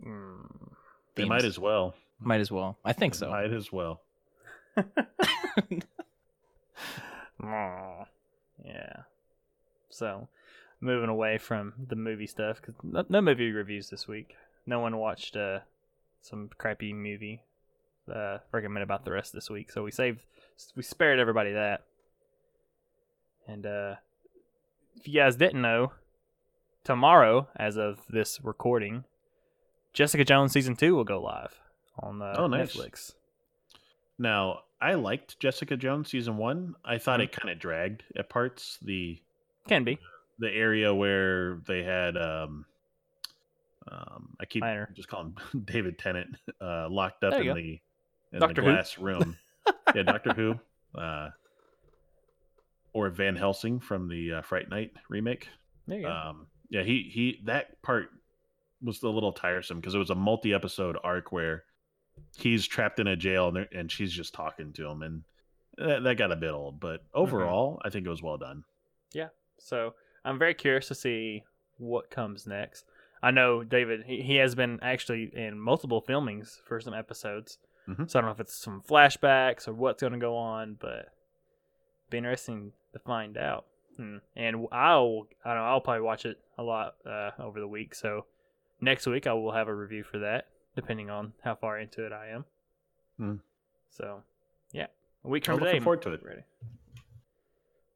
Speaker 1: mm,
Speaker 3: They might
Speaker 4: themes.
Speaker 3: as well.
Speaker 4: Might as well. I think
Speaker 3: They
Speaker 4: so.
Speaker 3: Might as well.
Speaker 1: mm, yeah. So, moving away from the movie stuff because no, no movie reviews this week. No one watched uh, some crappy movie uh, recommend about the rest of this week, so we saved we spared everybody that. And uh, if you guys didn't know, tomorrow, as of this recording, Jessica Jones season two will go live on uh,
Speaker 3: Oh, nice.
Speaker 1: Netflix.
Speaker 3: Now, I liked Jessica Jones season one. I thought
Speaker 1: Mhm.
Speaker 4: Mm-hmm.
Speaker 3: it kind of dragged at parts. The
Speaker 1: Can be.
Speaker 3: the area where they had um, um I keep
Speaker 1: Minor.
Speaker 3: just calling him David Tennant uh locked up
Speaker 1: There
Speaker 3: in
Speaker 1: you go.
Speaker 3: the in
Speaker 1: Doctor
Speaker 3: the
Speaker 1: Who.
Speaker 3: glass room. yeah, Doctor Who. Uh or Van Helsing from the uh, Fright Night remake.
Speaker 1: There you go.
Speaker 3: Um, yeah, he he that part was a little tiresome because it was a multi-episode arc where he's trapped in a jail and, they're- and she's just talking to him, and that, that got a bit old. But overall, I think it was well done.
Speaker 1: So I'm very curious to see what comes next. I know David, he, he has been actually in multiple filmings for some episodes.
Speaker 3: Mhm.
Speaker 1: So I don't know if it's some flashbacks or what's going to go on, but be interesting to find out. Hmm. And I'll, I don't know, I'll probably watch it a lot uh, over the week. So next week I will have a review for that, depending on how far into it I am.
Speaker 3: Hmm.
Speaker 1: So, yeah, a week
Speaker 3: I'm
Speaker 1: from
Speaker 3: looking
Speaker 1: today.
Speaker 3: forward to it.
Speaker 1: Ready.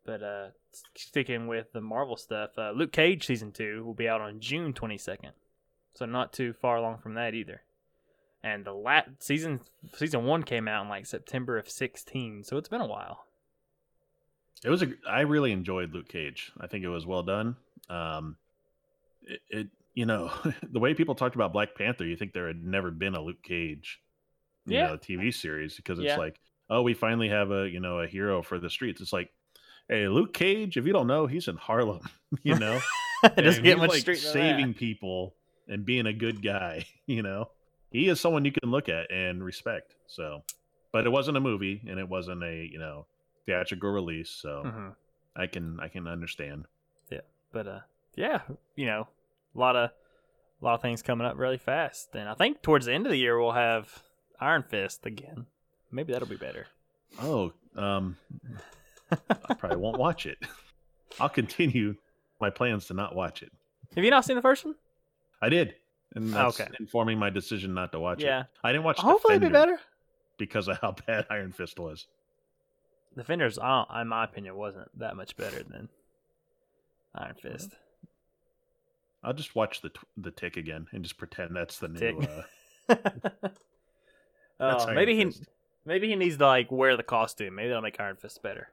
Speaker 1: But uh, sticking with the Marvel stuff, uh, Luke Cage season two will be out on June 22nd, so not too far along from that either. And the lat season season one came out in like September of 16, so it's been a while.
Speaker 3: It was a I really enjoyed Luke Cage. I think it was well done. Um, it, it you know the way people talked about Black Panther, you think there had never been a Luke Cage, you
Speaker 1: Yeah.
Speaker 3: know, TV series because it's
Speaker 1: Yeah.
Speaker 3: like oh we finally have a you know a hero for the streets. It's like hey Luke Cage, if you don't know, he's in Harlem. You know,
Speaker 1: it doesn't
Speaker 3: And
Speaker 1: get
Speaker 3: he's,
Speaker 1: much
Speaker 3: like
Speaker 1: street than that.
Speaker 3: saving people and being a good guy. You know, he is someone you can look at and respect. So, but it wasn't a movie and it wasn't a you know theatrical release, so.
Speaker 1: Mhm.
Speaker 3: I can I can understand.
Speaker 1: but uh yeah you know a lot of a lot of things coming up really fast and i think towards the end of the year we'll have iron fist again maybe that'll be better
Speaker 3: Oh, um, I probably won't watch it. I'll continue my plans to not watch it.
Speaker 1: have you not seen the first one
Speaker 3: I did, and that's
Speaker 1: Okay.
Speaker 3: informing my decision not to watch
Speaker 1: yeah
Speaker 3: it. I didn't watch.
Speaker 1: hopefully it'll be
Speaker 3: Defender
Speaker 1: better
Speaker 3: because of how bad Iron Fist was.
Speaker 1: defenders I don't, in my opinion wasn't that much better than iron fist
Speaker 3: I'll just watch the t- the tick again and just pretend that's the
Speaker 1: Tick.
Speaker 3: new. Uh, that's
Speaker 1: oh,
Speaker 3: Iron
Speaker 1: maybe he
Speaker 3: Fist.
Speaker 1: maybe he needs to like wear the costume maybe that'll make iron fist better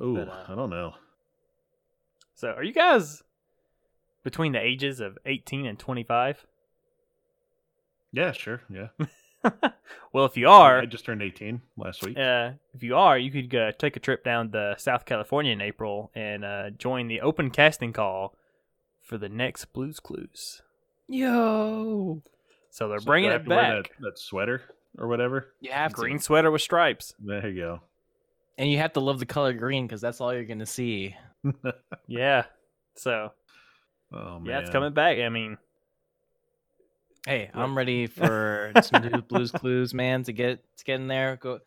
Speaker 3: Ooh,
Speaker 1: but, uh,
Speaker 3: I don't know.
Speaker 1: so are you guys between the ages of 18 and 25
Speaker 3: Yeah, sure. Yeah,
Speaker 1: well if you are
Speaker 3: I just turned eighteen last week.
Speaker 1: uh, if you are, you could uh, take a trip down to South California in April and uh, join the open casting call for the next Blues Clues.
Speaker 4: Yo!
Speaker 1: So they're
Speaker 3: So do
Speaker 1: bringing
Speaker 3: I
Speaker 1: it
Speaker 3: have to wear
Speaker 1: back.
Speaker 3: That, that sweater or whatever.
Speaker 4: You have
Speaker 1: Green
Speaker 4: to.
Speaker 1: sweater with stripes.
Speaker 3: There you
Speaker 4: And you have to love the color green because that's all you're going to see.
Speaker 3: go.
Speaker 1: Yeah. So
Speaker 3: oh man,
Speaker 1: yeah, it's coming back. I mean,
Speaker 4: Hey,
Speaker 1: Yeah.
Speaker 4: I'm ready for some new Blues Clues, man, to get to get in there. Go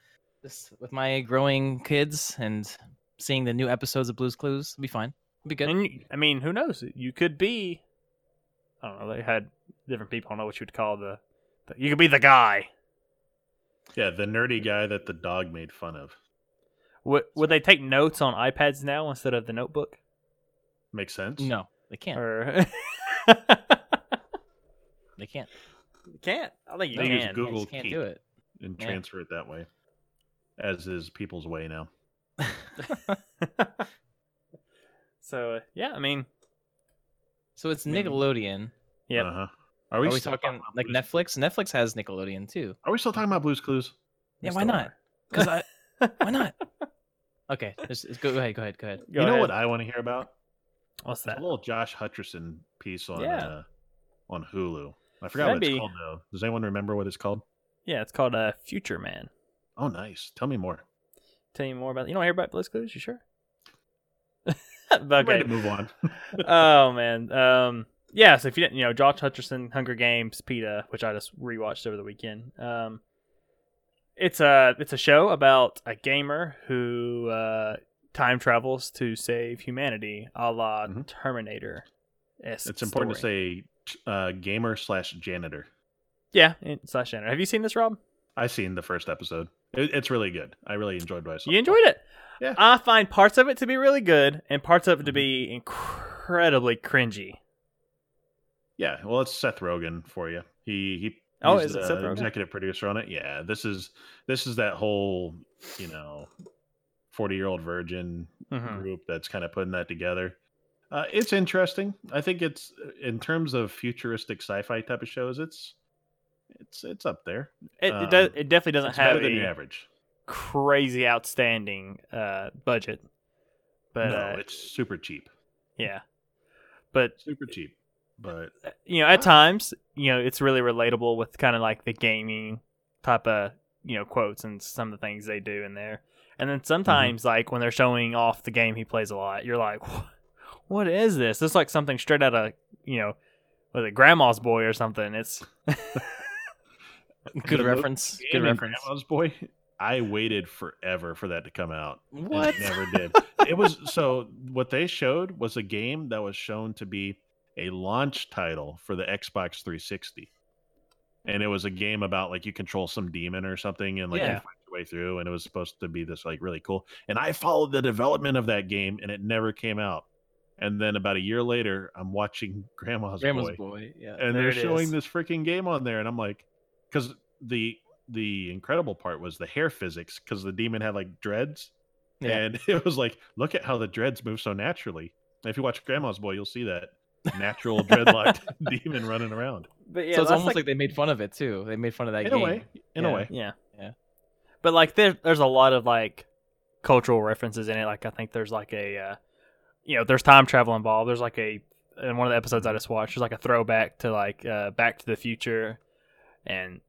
Speaker 4: this with my growing kids and seeing the new episodes of Blues Clues. It'll be fine. It'll be good.
Speaker 1: and you- I mean, who knows? You could be. I don't know. They had different people. I don't know what you'd call the. the you could be the guy.
Speaker 3: Yeah, the nerdy guy that the dog made fun of
Speaker 1: Would would they take notes on iPads now instead of the notebook?
Speaker 3: makes sense.
Speaker 4: No, they can't.
Speaker 1: Or
Speaker 4: They can't.
Speaker 1: can't. I think you
Speaker 3: They use
Speaker 1: can.
Speaker 3: Google
Speaker 4: They just can't do it.
Speaker 3: and
Speaker 4: Yeah.
Speaker 3: transfer it that way, as is people's way now.
Speaker 1: so uh, yeah, I mean,
Speaker 4: so it's
Speaker 1: I mean-
Speaker 4: Nickelodeon.
Speaker 1: Yep.
Speaker 3: Uh-huh. Are we,
Speaker 4: Are we
Speaker 3: still
Speaker 4: talking
Speaker 3: about
Speaker 4: like
Speaker 3: Blues-
Speaker 4: Netflix? Netflix has Nickelodeon too.
Speaker 3: Are we still talking about Blue's Clues?
Speaker 4: Yeah,
Speaker 1: We
Speaker 4: why
Speaker 1: still
Speaker 4: not? Because I why not? Okay, just, just go ahead, go ahead, go ahead.
Speaker 1: Go
Speaker 3: you know
Speaker 1: ahead.
Speaker 3: what I want to hear about?
Speaker 1: What's
Speaker 3: There's
Speaker 1: that?
Speaker 3: A little Josh Hutcherson piece on
Speaker 1: Yeah.
Speaker 3: uh, on Hulu. I forgot
Speaker 1: That'd
Speaker 3: what it's
Speaker 1: be-
Speaker 3: called though. Does anyone remember what it's called?
Speaker 1: Yeah, it's called uh, Future Man.
Speaker 3: Oh, nice. Tell me more.
Speaker 1: tell you more about. You know, everybody Blue's Clues. You sure?
Speaker 3: I'm ready
Speaker 1: okay.
Speaker 3: to move on.
Speaker 1: oh man. Um. Yeah. So if you didn't, you know, Josh Hutcherson, Hunger Games, PETA, which I just rewatched over the weekend. Um. It's a it's a show about a gamer who uh, time travels to save humanity, a la
Speaker 3: Mhm.
Speaker 1: Terminator.
Speaker 3: It's important to say uh, gamer slash janitor.
Speaker 1: Yeah. and- Slash Shannon. Have you seen this, Rob?
Speaker 3: I seen the first episode. It, it's really good. I really enjoyed what I saw.
Speaker 1: You enjoyed it.
Speaker 3: Yeah. Mm-hmm.
Speaker 1: I find parts of it to be really good and parts of it to be incredibly cringy.
Speaker 3: Yeah, well, it's Seth Rogen for you. He he.
Speaker 1: Oh,
Speaker 3: he's
Speaker 1: is it
Speaker 3: the
Speaker 1: Seth Rogen?
Speaker 3: Executive producer on it. Yeah, this is this is that whole you know forty year old virgin
Speaker 1: Mhm.
Speaker 3: group that's kind of putting that together. Uh, it's interesting. I think it's in terms of futuristic sci fi type of shows. It's it's it's up there.
Speaker 1: It,
Speaker 3: Um,
Speaker 1: it, does, it definitely doesn't
Speaker 3: It's
Speaker 1: have
Speaker 3: better than
Speaker 1: a
Speaker 3: your average.
Speaker 1: crazy outstanding uh, budget, but
Speaker 3: no,
Speaker 1: uh,
Speaker 3: it's super cheap.
Speaker 1: yeah, but
Speaker 3: Super cheap. But
Speaker 1: you know, at times, you know, it's really relatable with kind of like the gaming type of you know quotes and some of the things they do in there. And then sometimes, like when they're showing off the game he plays a lot, you're like, "Wha- "What is this? This is like something straight out of you know, was it Grandma's Boy or something?" It's
Speaker 4: Good
Speaker 3: The mo-
Speaker 4: reference. Good
Speaker 3: Game and
Speaker 4: reference.
Speaker 3: Grandma's Boy. I waited forever for that to come out. and
Speaker 4: What?
Speaker 3: It never did. it was so. What they showed was a game that was shown to be a launch title for the Xbox 360, and it was a game about like you control some demon or something, and like you
Speaker 1: Yeah.
Speaker 3: fight your way through, and it was supposed to be this like really cool. And I followed the development of that game, and it never came out. And then about a year later, I'm watching Grandma's,
Speaker 4: Grandma's
Speaker 3: Boy
Speaker 4: boy. Yeah.
Speaker 3: and
Speaker 1: There
Speaker 3: they're
Speaker 1: it
Speaker 3: showing
Speaker 1: is.
Speaker 3: this freaking game on there and i'm like because the the incredible part was the hair physics because the demon had like dreads
Speaker 4: Yeah.
Speaker 3: and it was like look at how the dreads move so naturally And if you watch grandma's boy you'll see that natural dreadlocked demon running around
Speaker 1: but yeah,
Speaker 4: so it's almost like... they made fun of it too. They made fun of that
Speaker 3: in
Speaker 4: game.
Speaker 3: a way in
Speaker 4: Yeah.
Speaker 3: a way
Speaker 1: Yeah.
Speaker 4: Yeah.
Speaker 1: But like there there's a lot of like cultural references in it. Like I think there's like a uh, you know, there's time travel involved. There's like a in one of the episodes I just watched, there's like a throwback to like uh Back to the Future and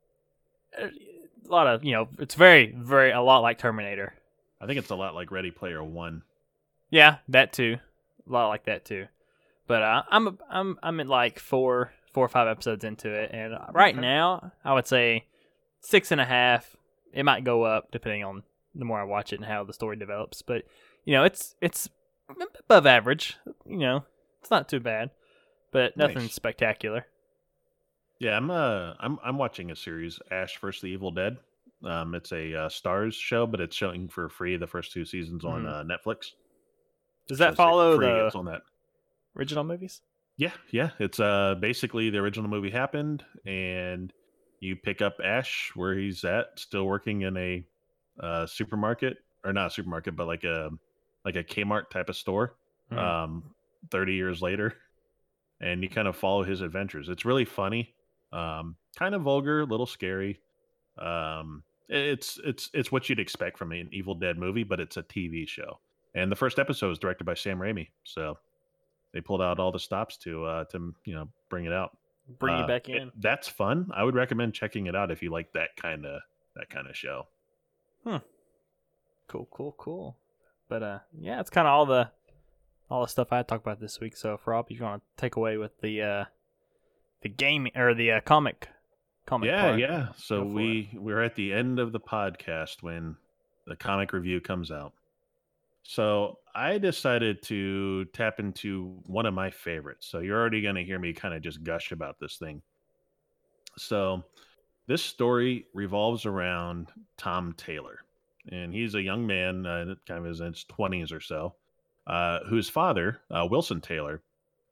Speaker 1: uh, a lot of, you know, it's very very a lot like Terminator.
Speaker 3: i think it's a lot like ready player one
Speaker 1: Yeah, that too. A lot like that too. But uh, I'm I'm I'm at like four four or five episodes into it, and right
Speaker 3: Okay.
Speaker 1: now I would say six and a half. It might go up depending on the more I watch it and how the story develops. But you know, it's it's above average. You know, it's not too bad, but nothing
Speaker 3: Nice.
Speaker 1: spectacular.
Speaker 3: yeah i'm uh i'm, I'm watching a series ash versus the evil dead um it's a uh, stars show but it's showing for free the first two seasons on
Speaker 1: Mhm.
Speaker 3: uh, netflix
Speaker 1: Does
Speaker 3: So
Speaker 1: that
Speaker 3: it's
Speaker 1: follow
Speaker 3: free,
Speaker 1: the
Speaker 3: it's on that
Speaker 1: original movies?
Speaker 3: Yeah, yeah. It's uh basically the original movie happened and you pick up Ash where he's at, still working in a uh supermarket or not a supermarket, but like a like a Kmart type of store.
Speaker 1: Mhm.
Speaker 3: Um 30 years later and you kind of follow his adventures. It's really funny. Um kind of vulgar, a little scary. Um it's it's it's what you'd expect from an Evil Dead movie, but it's a TV show. And the first episode was directed by Sam Raimi, so they pulled out all the stops to uh to you know bring it out
Speaker 1: Bring
Speaker 3: Uh,
Speaker 1: you back
Speaker 3: it-
Speaker 1: in.
Speaker 3: that's fun i would recommend checking it out if you like that kind of that kind of show
Speaker 1: Cool, cool, cool. But uh, yeah, it's kind of all the all the stuff I had talked about this week. So if Rob, you're gonna take away with the uh the game or the uh, comic, comic.
Speaker 3: yeah
Speaker 1: part.
Speaker 3: yeah
Speaker 1: Go
Speaker 3: so
Speaker 1: for
Speaker 3: we we're at the end of the podcast when the comic review comes out so i decided to tap into one of my favorites so you're already going to hear me kind of just gush about this thing so this story revolves around tom taylor and he's a young man uh, kind of is in his 20s or so uh, whose father uh, wilson taylor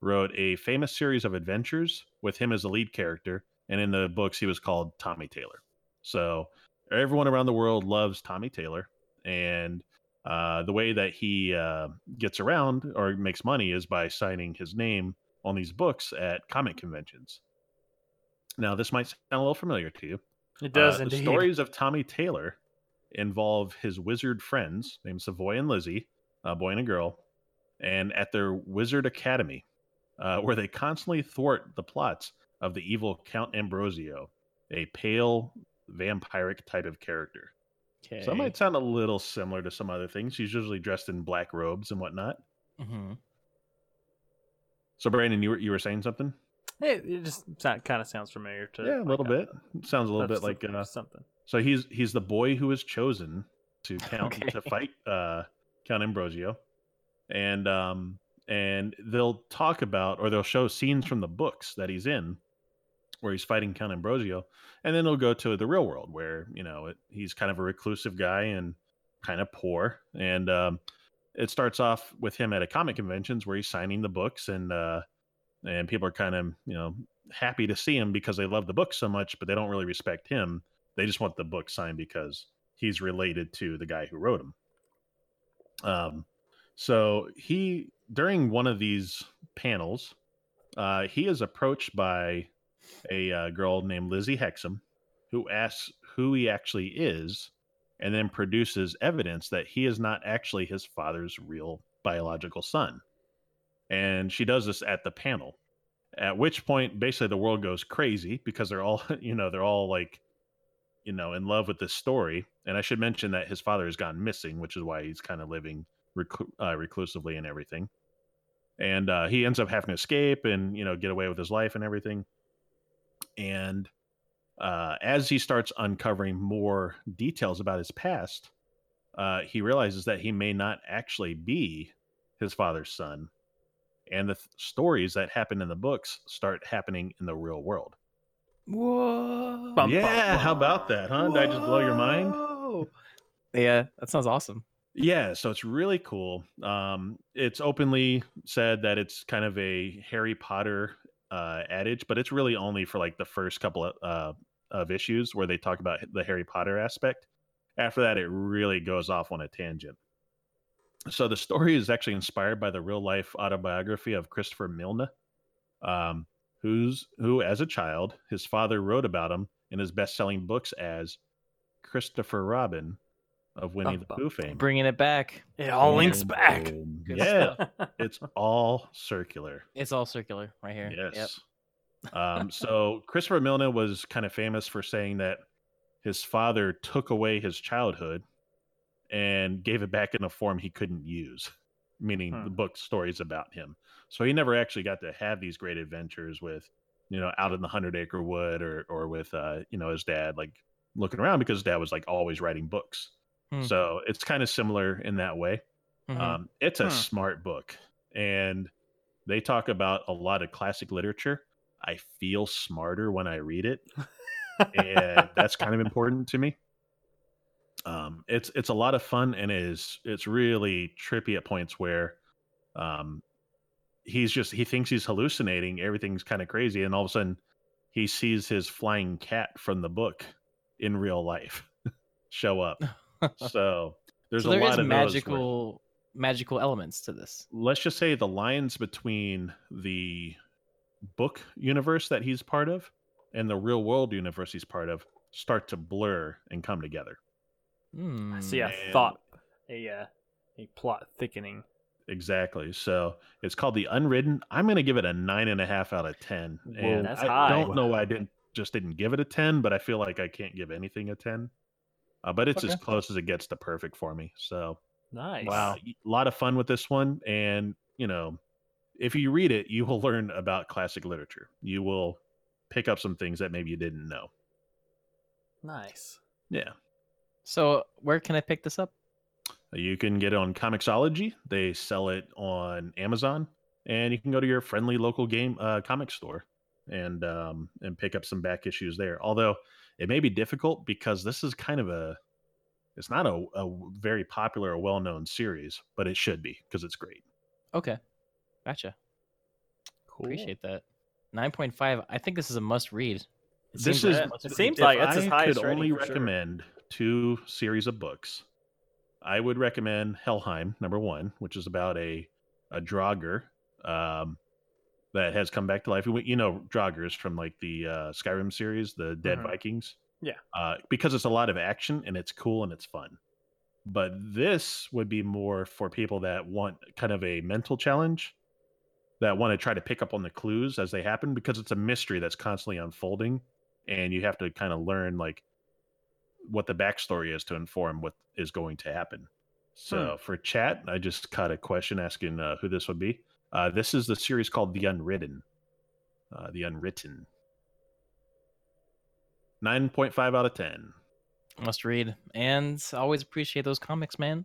Speaker 3: wrote a famous series of adventures with him as the lead character and in the books he was called Tommy Taylor. So everyone around the world loves Tommy Taylor, and uh, the way that he uh, gets around or makes money is by signing his name on these books at comic conventions. Now, this might sound a little familiar to you.
Speaker 1: It does
Speaker 3: Uh,
Speaker 1: indeed.
Speaker 3: The stories of Tommy Taylor involve his wizard friends named Savoy and Lizzie, a boy and a girl, and at their wizard academy, uh, where they constantly thwart the plots of the evil Count Ambrosio, a pale vampiric type of character.
Speaker 4: Okay.
Speaker 3: Some might sound a little similar to some other things. She's usually dressed in black robes and whatnot.
Speaker 4: hmm
Speaker 3: So, Brandon, you were you were saying something?
Speaker 1: It, it just kind of sounds familiar to
Speaker 3: yeah, a
Speaker 1: like,
Speaker 3: little bit. Sounds a little bit
Speaker 1: that's
Speaker 3: like.
Speaker 1: something-
Speaker 3: Uh,
Speaker 1: something.
Speaker 3: so he's he's the boy who was chosen to count
Speaker 4: Okay.
Speaker 3: to fight uh, Count Ambrosio, and um and they'll talk about or they'll show scenes from the books that he's in, where he's fighting Count Ambrosio, and then they'll go to the real world where you know it, he's kind of a reclusive guy and kind of poor and um it starts off with him at a comic conventions where he's signing the books and uh and people are kind of you know happy to see him because they love the book so much but they don't really respect him they just want the book signed because he's related to the guy who wrote him um so he during one of these panels uh he is approached by a uh, girl named lizzie hexam who asks who he actually is and then produces evidence that he is not actually his father's real biological son. And she does this at the panel. At which point basically the world goes crazy because they're all, you know, they're all like you know, in love with this story. And I should mention that his father has gone missing, which is why he's kind of living reclu- uh, reclusively and everything. And uh, he ends up having to escape and, you know, get away with his life and everything. And uh, as he starts uncovering more details about his past, uh, he realizes that he may not actually be his father's son. And the th- stories that happen in the books start happening in the real world.
Speaker 4: Whoa.
Speaker 1: Bum, bum,
Speaker 3: yeah, how
Speaker 1: bum.
Speaker 3: about that, huh? Did I just blow your mind?
Speaker 4: Whoa. Yeah, that sounds awesome.
Speaker 3: Yeah, so it's really cool. Um, it's openly said that it's kind of a Harry Potter uh, adage, but it's really only for like the first couple of, uh, of issues where they talk about the Harry Potter aspect. After that, it really goes off on a tangent. So the story is actually inspired by the real life autobiography of Christopher Milne, um, who's who as a child his father wrote about him in his best selling books as Christopher Robin of Winnie
Speaker 1: Bum,
Speaker 3: the
Speaker 1: bum,
Speaker 3: Pooh fame.
Speaker 4: Bringing it back.
Speaker 1: It all links
Speaker 3: And
Speaker 1: back.
Speaker 3: boom.
Speaker 4: Good
Speaker 3: Yeah,
Speaker 4: stuff.
Speaker 3: it's all circular.
Speaker 4: It's all circular right here. Yep.
Speaker 3: Yes. um, so Christopher Milne was kind of famous for saying that his father took away his childhood and gave it back in a form he couldn't use, meaning
Speaker 1: Hmm.
Speaker 3: the book stories about him. So he never actually got to have these great adventures with, you know, out in the Hundred Acre Wood or or with, uh, you know, his dad like looking around because his dad was like always writing books.
Speaker 4: Hmm.
Speaker 3: So it's kind of similar in that way.
Speaker 4: Mhm.
Speaker 3: Um, it's a
Speaker 1: Hmm.
Speaker 3: smart book, and they talk about a lot of classic literature. I feel smarter when I read it, and that's kind of important to me. Um, it's it's a lot of fun, and it is it's really trippy at points where, um, he's just he thinks he's hallucinating. Everything's kind of crazy, and all of a sudden, he sees his flying cat from the book in real life show up. So Uh, there's
Speaker 4: so
Speaker 3: a
Speaker 4: there
Speaker 3: lot
Speaker 4: is
Speaker 3: of those where-
Speaker 4: magical magical elements to this.
Speaker 3: let's just say the lines between the book universe that he's part of and the real world universe he's part of start to blur and come together.
Speaker 4: Hmm.
Speaker 1: See, I
Speaker 3: Man.
Speaker 1: thought a uh, a plot thickening.
Speaker 3: Exactly. So it's called the Unwritten. I'm going to give it a nine and a half out of ten.
Speaker 1: Whoa,
Speaker 3: and
Speaker 1: that's
Speaker 3: I
Speaker 1: high.
Speaker 3: don't know why I didn't just didn't give it a ten, but I feel like I can't give anything a ten. Uh, but it's as
Speaker 4: Okay.
Speaker 3: close as it gets to perfect for me. So
Speaker 1: Nice.
Speaker 3: Wow, a lot of fun with this one, and you know, if you read it, you will learn about classic literature. You will pick up some things that maybe you didn't know.
Speaker 1: Nice.
Speaker 3: Yeah,
Speaker 4: So where can I pick this up?
Speaker 3: you can get it on Comixology. They sell it on Amazon, and you can go to your friendly local game uh, comic store and um, and pick up some back issues there. Although it may be difficult because this is kind of a it's not a, a very popular or well known series, but it should be because it's great.
Speaker 4: Okay. Gotcha.
Speaker 1: Cool.
Speaker 4: Appreciate that. Nine point five. I think this is a must read. It
Speaker 3: This
Speaker 4: seems like
Speaker 3: is-
Speaker 4: a
Speaker 1: it
Speaker 4: must read.
Speaker 1: seems
Speaker 3: If
Speaker 1: like- that's his
Speaker 3: I
Speaker 1: highest
Speaker 3: could
Speaker 1: rating
Speaker 3: only
Speaker 1: for sure.
Speaker 3: recommend two series of books. I would recommend Helheim, number one, which is about a a Draugr um, that has come back to life. You you know, Draugr is from like the uh, Skyrim series, the Dead
Speaker 1: Mhm.
Speaker 3: Vikings.
Speaker 1: Yeah.
Speaker 3: uh, because it's a lot of action and it's cool and it's fun. But this would be more for people that want kind of a mental challenge, that want to try to pick up on the clues as they happen, because it's a mystery that's constantly unfolding and you have to kind of learn like what the backstory is to inform what is going to happen. So for chat, I just caught a question asking uh, who this would be. Uh, this is the series called The Unwritten. Uh, the Unwritten. Nine point five out of ten.
Speaker 4: must read and I always appreciate those comics man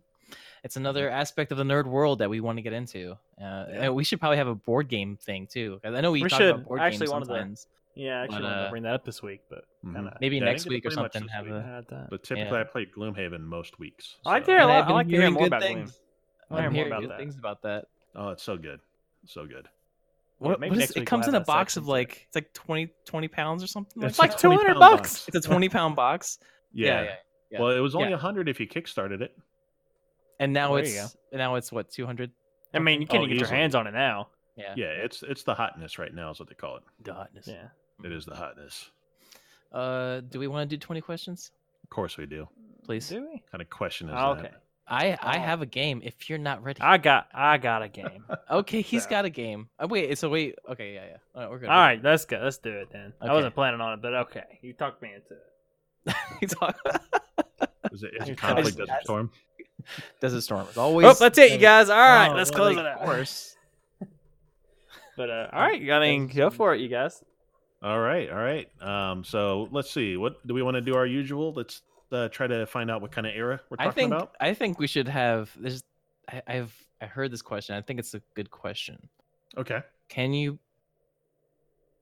Speaker 4: it's another
Speaker 1: Mm-hmm.
Speaker 4: aspect of the nerd world that we want to get into uh, and we should probably have a board game thing too 'cause i know we,
Speaker 1: We
Speaker 4: talk
Speaker 1: should.
Speaker 4: about board
Speaker 1: I actually
Speaker 4: games
Speaker 1: wanted to-
Speaker 4: sometimes
Speaker 1: Yeah, I actually
Speaker 4: But,
Speaker 1: wanted
Speaker 4: uh,
Speaker 1: to bring that up this week, but
Speaker 3: Mhm.
Speaker 1: kinda-
Speaker 4: maybe
Speaker 3: Yeah, I
Speaker 4: next
Speaker 3: didn't
Speaker 4: week
Speaker 3: get
Speaker 4: or
Speaker 3: to play much
Speaker 4: something
Speaker 3: this
Speaker 4: have
Speaker 3: week.
Speaker 1: I
Speaker 4: a
Speaker 1: had that.
Speaker 3: But typically,
Speaker 4: Yeah.
Speaker 3: I play Gloomhaven most weeks.
Speaker 1: I like to
Speaker 3: so-
Speaker 1: hear a
Speaker 4: And I've
Speaker 1: lot. I
Speaker 4: been
Speaker 1: like to hear
Speaker 4: hearing
Speaker 1: more
Speaker 4: good
Speaker 1: about
Speaker 4: things.
Speaker 1: Gloom. I wanna
Speaker 4: i'm
Speaker 1: hear
Speaker 4: hearing
Speaker 1: more
Speaker 4: good
Speaker 1: about that.
Speaker 4: things about that
Speaker 3: Oh, it's so good, so good.
Speaker 1: Yeah,
Speaker 4: What-
Speaker 1: maybe
Speaker 4: what is-
Speaker 1: next
Speaker 4: it
Speaker 1: week
Speaker 4: comes
Speaker 1: we'll
Speaker 4: in a
Speaker 1: have that
Speaker 4: box
Speaker 1: section
Speaker 4: of
Speaker 1: too.
Speaker 4: like it's like 20 20 pounds or something
Speaker 1: It's
Speaker 4: like
Speaker 1: like
Speaker 4: that.
Speaker 1: two-
Speaker 3: 20
Speaker 1: 200
Speaker 3: pound
Speaker 1: bucks.
Speaker 4: it's a 20 pound box
Speaker 3: Yeah.
Speaker 4: yeah, yeah.
Speaker 3: Well, it was only
Speaker 4: Yeah.
Speaker 3: a hundred if you kickstarted it.
Speaker 4: and now
Speaker 1: There you
Speaker 4: it's now it's what 200
Speaker 1: I mean, you
Speaker 3: Oh,
Speaker 1: can't even get your
Speaker 3: easily.
Speaker 1: hands on it now.
Speaker 4: yeah
Speaker 3: Yeah, it's it's the hotness right now is what they call it.
Speaker 4: Darkness.
Speaker 1: Yeah.
Speaker 3: It is the
Speaker 4: Mm-hmm.
Speaker 3: hotness.
Speaker 4: uh do we want to do 20 questions
Speaker 3: Of course we do.
Speaker 4: Please.
Speaker 1: Do we?
Speaker 3: kind of question is
Speaker 4: Ah,
Speaker 1: Okay.
Speaker 3: that?
Speaker 4: i i
Speaker 1: Oh.
Speaker 4: have a game if you're not ready
Speaker 1: I got I got a game. All
Speaker 4: Okay, he's
Speaker 1: So-
Speaker 4: got a game. Oh, wait, so wait. Okay, yeah, yeah. All right, we're good.
Speaker 1: right, let's go. Let's do it then. I
Speaker 4: Okay.
Speaker 1: wasn't planning on it, but okay. You talked me into it.
Speaker 4: He's all-
Speaker 3: Is it, is
Speaker 1: You're
Speaker 3: it conflict
Speaker 1: telling
Speaker 3: does
Speaker 1: me.
Speaker 3: storm?
Speaker 4: Desert Storm is always.
Speaker 1: oh, that's it, you guys. All right,
Speaker 4: Oh,
Speaker 1: let's
Speaker 4: well,
Speaker 1: close
Speaker 4: like,
Speaker 1: it out.
Speaker 4: Of course.
Speaker 1: But uh, all right, I mean, go for it, you guys.
Speaker 3: All right, all right. Um, so let's see. What do we want to do? Our usual. Let's uh, try to find out what kind of era we're talking
Speaker 4: I think
Speaker 3: about.
Speaker 4: I think we should have. There's, I, I've I heard this question. I think it's a good question.
Speaker 3: Okay.
Speaker 4: Can you?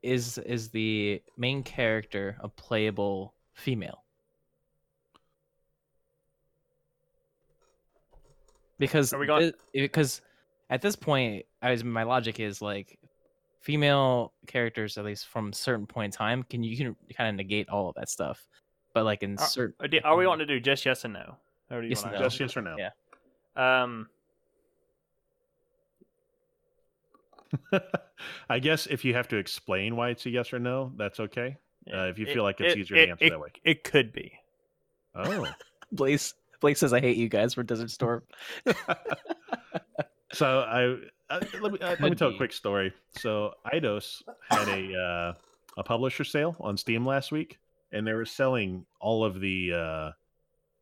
Speaker 4: Is is the main character a playable female? Because
Speaker 1: Are we going-
Speaker 4: thi- because at this point, I was my logic is like female characters, at least from certain point in time, can you can kind of negate all of that stuff. But like in
Speaker 1: Uh,
Speaker 4: certain,
Speaker 1: Or do- Are we wanting to do just yes and no? Or do you
Speaker 4: Yes
Speaker 1: want
Speaker 4: and No.
Speaker 3: Just yes or no.
Speaker 4: Yeah.
Speaker 1: Um,
Speaker 3: I guess if you have to explain why it's a yes or no, that's okay. Uh, if you
Speaker 1: it-
Speaker 3: feel like it's
Speaker 1: it-
Speaker 3: easier to
Speaker 1: it-
Speaker 3: answer
Speaker 1: it-
Speaker 3: that way.
Speaker 1: it could be.
Speaker 3: Oh.
Speaker 4: Blaze Blaze says I hate you guys for Desert Storm.
Speaker 3: so I uh, let me, uh, let me
Speaker 4: Could
Speaker 3: tell
Speaker 4: be.
Speaker 3: a quick story. So Idos had a uh, a publisher sale on Steam last week, and they were selling all of the uh,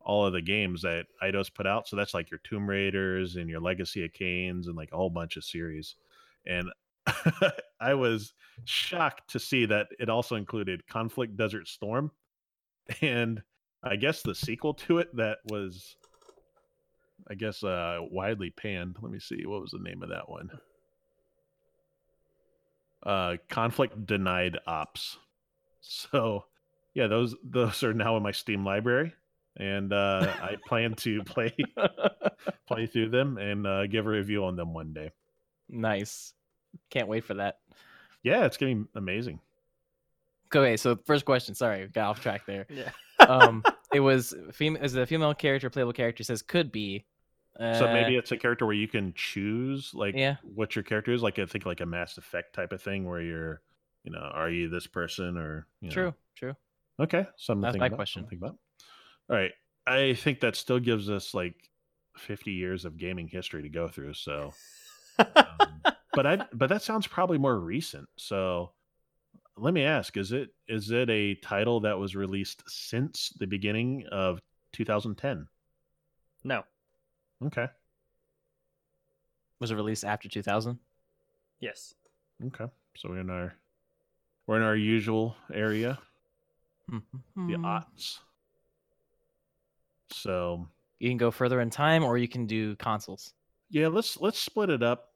Speaker 3: all of the games that Idos put out. So that's like your Tomb Raiders and your Legacy of Canes and like a whole bunch of series. And I was shocked to see that it also included Conflict Desert Storm, and I guess the sequel to it that was I guess uh widely panned. Let me see what was the name of that one. Uh conflict denied ops. So yeah, those those are now in my Steam library and uh I plan to play play through them and uh give a review on them one day.
Speaker 4: nice. Can't wait for that.
Speaker 3: Yeah, it's gonna be amazing.
Speaker 4: Okay, so first question. Sorry, got off track there.
Speaker 1: Yeah.
Speaker 4: Um, it was female. Is the female character playable character says could be. Uh,
Speaker 3: So maybe it's a character where you can choose like
Speaker 4: yeah.
Speaker 3: what your character is, like I think like a Mass Effect type of thing where you're you know, are you this person or you know,
Speaker 4: True. True.
Speaker 3: Okay, something.
Speaker 4: That's
Speaker 3: to think
Speaker 4: my
Speaker 3: about,
Speaker 4: question.
Speaker 3: something to think about. All right, I think that still gives us like fifty years of gaming history to go through. So, um, but I but that sounds probably more recent. So, let me ask: is it is it a title that was released since the beginning of 2010?
Speaker 1: No.
Speaker 3: Okay,
Speaker 4: Was it released after 2000?
Speaker 1: Yes.
Speaker 3: okay. So we're in our we're in our usual area,
Speaker 4: Hmm,
Speaker 3: the
Speaker 4: Mm-hmm.
Speaker 3: aughts. So
Speaker 4: You can go further in time, or you can do consoles.
Speaker 3: Yeah, let's let's split it up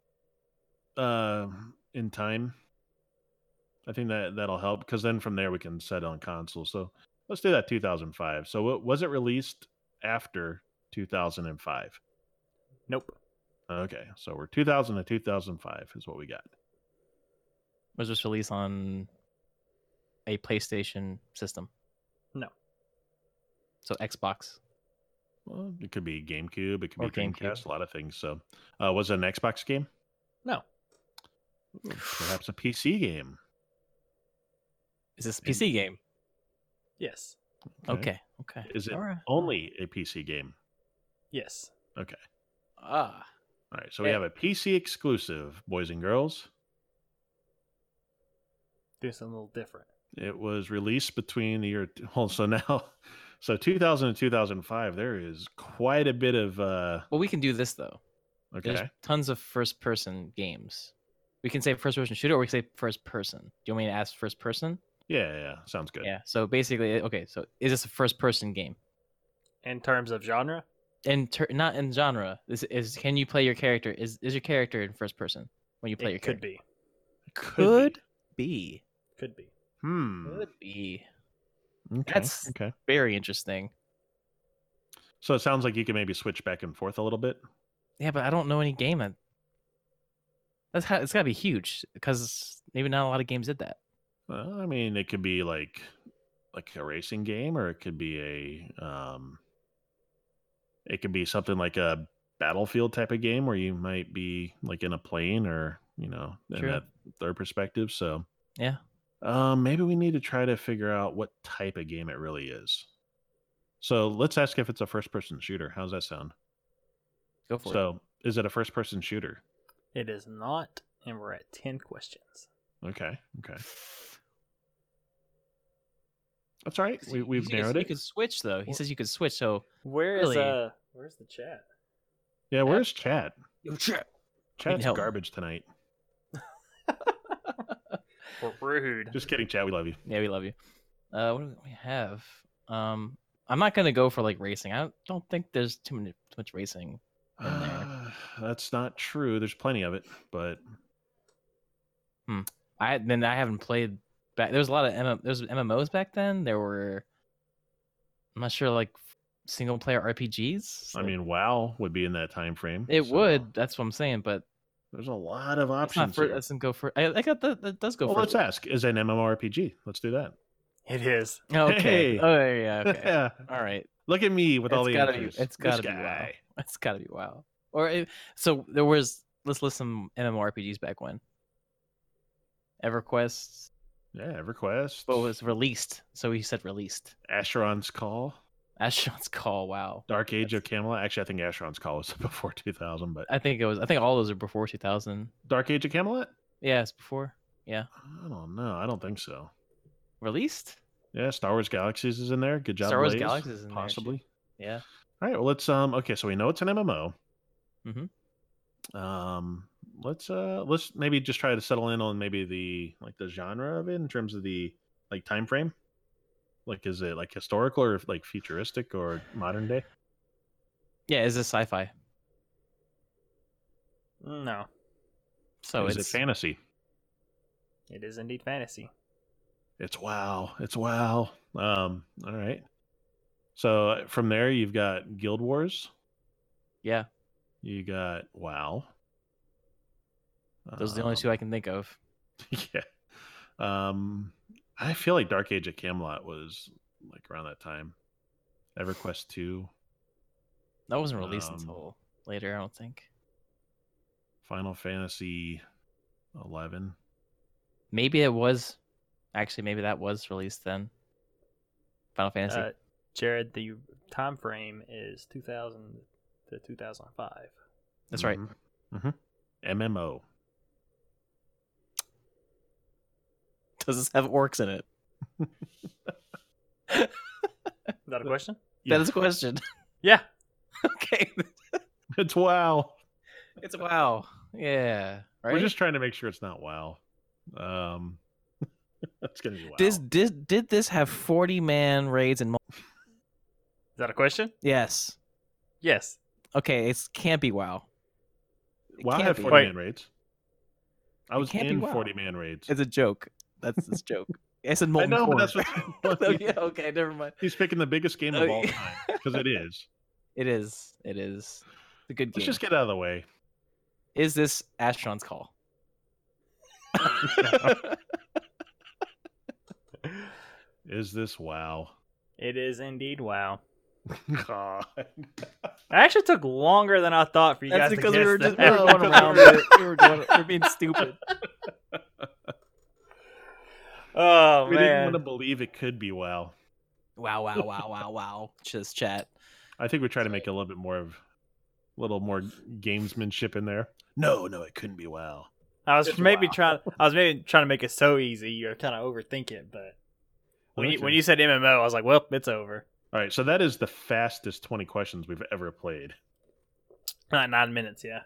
Speaker 3: uh, in time. I think that that'll help because then from there we can set on console. So let's do that 2005. So wa- was it released after 2005?
Speaker 1: Nope.
Speaker 3: Okay, so we're 2000 to 2005 is what we got.
Speaker 4: Was this released on a PlayStation system?
Speaker 1: No.
Speaker 4: So Xbox.
Speaker 3: Well, it could be GameCube, it could
Speaker 4: Or
Speaker 3: be
Speaker 4: GameCube.
Speaker 3: Dreamcast, a lot of things. So uh, was it an Xbox game?
Speaker 1: No.
Speaker 3: Perhaps a PC game.
Speaker 4: Is this a PC game?
Speaker 1: Yes.
Speaker 4: Okay. Okay.
Speaker 3: Is it
Speaker 4: All right.
Speaker 3: Only a PC game.
Speaker 1: Yes.
Speaker 3: Okay.
Speaker 4: Ah.
Speaker 3: All right, so we have a PC exclusive, boys and girls.
Speaker 1: Do something a little different.
Speaker 3: It was released between the year. Well, so now, So 2000 and 2005, there is quite a bit of uh
Speaker 4: Well, we can do this though.
Speaker 3: okay.
Speaker 4: There's tons of first person games. We can say first person shooter or we can say first person. Do you want me to ask first person?
Speaker 3: Yeah, yeah, sounds good.
Speaker 4: Yeah. So basically, uh, okay, so is this a first person game?
Speaker 1: in terms of genre.
Speaker 4: And ter- not in genre. This is can you play your character? Is is your character in first person when you play your
Speaker 1: It could
Speaker 4: character?
Speaker 1: be,
Speaker 3: Could
Speaker 4: be.
Speaker 1: could be.
Speaker 3: Hmm.
Speaker 4: Could be.
Speaker 3: Okay.
Speaker 4: That's-
Speaker 3: okay.
Speaker 4: Very interesting.
Speaker 3: So it sounds like you can maybe switch back and forth a little bit.
Speaker 4: Yeah, but I don't know any game that. That's how, it's gotta be huge because maybe not a lot of games did that.
Speaker 3: Well, I mean, it could be like like a racing game, or it could be a um, it could be something like a battlefield type of game where you might be like in a plane or you know in
Speaker 4: True.
Speaker 3: that third perspective. So
Speaker 4: Yeah.
Speaker 3: um, maybe we need to try to figure out what type of game it really is. So let's ask if it's a first person shooter. How's that sound?
Speaker 4: Go for it.
Speaker 3: So is it a first person shooter?
Speaker 1: It is not, and we're at ten questions.
Speaker 3: Okay, okay, that's all right.
Speaker 4: So
Speaker 3: We,
Speaker 4: you-
Speaker 3: we've
Speaker 4: you
Speaker 3: narrowed
Speaker 4: could,
Speaker 3: it.
Speaker 4: You could switch though. He
Speaker 1: Well-
Speaker 4: says you could switch. So
Speaker 1: Where is
Speaker 4: Really?
Speaker 1: uh? Where's the chat?
Speaker 3: Yeah, where's Chad?
Speaker 4: yo, chat.
Speaker 3: Chad's
Speaker 4: help.
Speaker 3: garbage tonight.
Speaker 1: We're rude.
Speaker 3: Just kidding, Chad. We love you.
Speaker 4: Yeah, we love you. Uh, what do we have? Um, I'm not gonna go for like racing. I don't think there's too many too much racing. In there.
Speaker 3: that's not true. There's plenty of it, but
Speaker 4: I then I haven't played back. There was a lot of M- there's MMOs back then. There were, I'm not sure like single player RPGs.
Speaker 3: I
Speaker 4: Like,
Speaker 3: mean, WoW would be in that time frame.
Speaker 4: it
Speaker 3: so
Speaker 4: would. That's what I'm saying. But
Speaker 3: There's a lot of
Speaker 4: it's not
Speaker 3: options.
Speaker 4: for,
Speaker 3: here.
Speaker 4: doesn't go for. I, I got that. That does go
Speaker 3: well,
Speaker 4: for.
Speaker 3: let's ask: Is an MMORPG? Let's do that.
Speaker 1: It is.
Speaker 4: Okay.
Speaker 3: Hey.
Speaker 4: Oh yeah. Okay. All right.
Speaker 3: Look at me with all
Speaker 4: It's
Speaker 3: the
Speaker 4: gotta be-
Speaker 3: answers.
Speaker 4: it's
Speaker 3: This
Speaker 4: gotta be WoW.
Speaker 3: guy.
Speaker 4: That's gotta be wow. Or it, so there was. Let's list some MMORPGs back when. EverQuest,
Speaker 3: Yeah, EverQuest.
Speaker 4: but was released. So he said released.
Speaker 3: Asheron's Call?
Speaker 4: Astronaut's Call. Wow.
Speaker 3: Dark Age of Camelot. Actually, I think Asheron's Call was before 2000, but
Speaker 4: I think it was. I think all those are before 2000.
Speaker 3: Dark Age of Camelot?
Speaker 4: Yeah, it's before
Speaker 3: I don't know. I don't think so.
Speaker 4: released.
Speaker 3: Yeah, Star Wars Galaxies is in there. Good job,
Speaker 4: Star Wars
Speaker 3: Blaze.
Speaker 4: Galaxies is in there, too.
Speaker 3: possibly.
Speaker 4: Yeah.
Speaker 3: All right. Well, let's um. Okay, so we know it's an MMO.
Speaker 4: Mhm.
Speaker 3: Um. Let's uh. Let's maybe just try to settle in on maybe the like the genre of it in terms of the like time frame. Like, is it like historical or like futuristic or modern day?
Speaker 4: Yeah, is this sci-fi?
Speaker 1: No,
Speaker 4: So
Speaker 3: is
Speaker 4: it's
Speaker 3: it fantasy?
Speaker 1: it is indeed fantasy.
Speaker 3: It's wow. It's wow. Um. All right. So uh, from there, you've got Guild Wars.
Speaker 4: yeah.
Speaker 3: You got wow.
Speaker 4: Those are the only
Speaker 3: Um,
Speaker 4: two I can think of.
Speaker 3: yeah. Um, I feel like Dark Age at Camelot was like around that time. EverQuest two,
Speaker 4: That wasn't released
Speaker 3: um,
Speaker 4: until later. I don't think.
Speaker 3: Final Fantasy eleven.
Speaker 4: Maybe it was. Actually, maybe that was released then. Final Fantasy.
Speaker 1: Uh, Jared, the time frame is 2000 to 2005.
Speaker 4: That's right.
Speaker 3: hmm MMO. mm-hmm.
Speaker 4: Does this have orcs in it?
Speaker 1: Is that a question?
Speaker 3: Yeah.
Speaker 4: That is a question.
Speaker 1: Yeah.
Speaker 4: okay.
Speaker 3: It's wow.
Speaker 4: It's wow. Yeah. Right.
Speaker 3: We're just trying to make sure it's not wow. Um, that's gonna be wow.
Speaker 4: This did did this have forty man raids and mul-
Speaker 1: Is that a question?
Speaker 4: yes.
Speaker 1: Yes.
Speaker 4: Okay, it's can't be wow. It
Speaker 3: wow
Speaker 4: can't
Speaker 3: had
Speaker 4: be.
Speaker 3: forty man raids. I
Speaker 4: It
Speaker 3: was
Speaker 4: can't be
Speaker 3: in
Speaker 4: WoW.
Speaker 3: forty man raids.
Speaker 4: It's a joke. That's this joke. I said
Speaker 3: I
Speaker 4: molten
Speaker 3: know,
Speaker 4: core.
Speaker 3: but that's what's
Speaker 4: No,
Speaker 3: funny.
Speaker 4: yeah, okay, never mind.
Speaker 3: He's picking the biggest game of
Speaker 4: Oh,
Speaker 3: all
Speaker 4: yeah.
Speaker 3: time because it is.
Speaker 4: It is. It is. It's a good game.
Speaker 3: Let's just get out of the way.
Speaker 4: Is this Astron's call?
Speaker 3: Is this wow?
Speaker 1: It is indeed. Wow.
Speaker 3: God.
Speaker 1: That actually took longer than I thought for you
Speaker 4: That's
Speaker 1: guys
Speaker 4: because
Speaker 1: to
Speaker 4: we
Speaker 1: guess
Speaker 4: were just we
Speaker 1: that.
Speaker 4: were going around. it. We were, going, we were being stupid.
Speaker 1: Oh
Speaker 3: we didn't
Speaker 1: man.
Speaker 3: want to believe it could be wow.
Speaker 4: Wow! Wow! Wow! Wow! Wow! Just chat.
Speaker 3: I think we try to make it a little bit more of little more gamesmanship in there. No, no, it couldn't be wow.
Speaker 1: I was
Speaker 3: It's
Speaker 1: maybe
Speaker 3: wow.
Speaker 1: trying. I was maybe trying to make it so easy. You're kind of overthink it, but when you, when you said MMO, I was like, well, it's over.
Speaker 3: All right, so that is the fastest 20 questions we've ever played.
Speaker 1: Not nine minutes, yeah.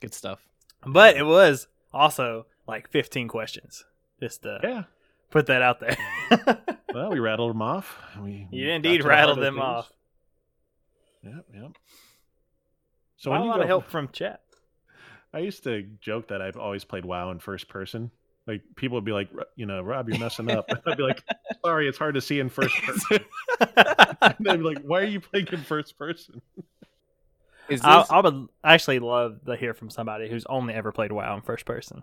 Speaker 4: Good stuff.
Speaker 1: But it was also like 15 questions. Just to
Speaker 3: Yeah.
Speaker 1: put that out there.
Speaker 3: Well, we rattled them off. We, we
Speaker 1: you
Speaker 3: got
Speaker 1: indeed
Speaker 3: to the
Speaker 1: rattled
Speaker 3: heart
Speaker 1: them
Speaker 3: of things.
Speaker 1: off.
Speaker 3: Yep, yep. So
Speaker 1: So a
Speaker 3: when you
Speaker 1: lot
Speaker 3: go,
Speaker 1: of help from chat.
Speaker 3: I used to joke that I've always played WoW in first person. Like people would be like, "Ro- you know, Rob, you're messing up. I'd be like, sorry, it's hard to see in first person. And they'd be like, why are you playing in first person?
Speaker 4: Is this,
Speaker 1: I, I would actually love to hear from somebody who's only ever played WoW in first person.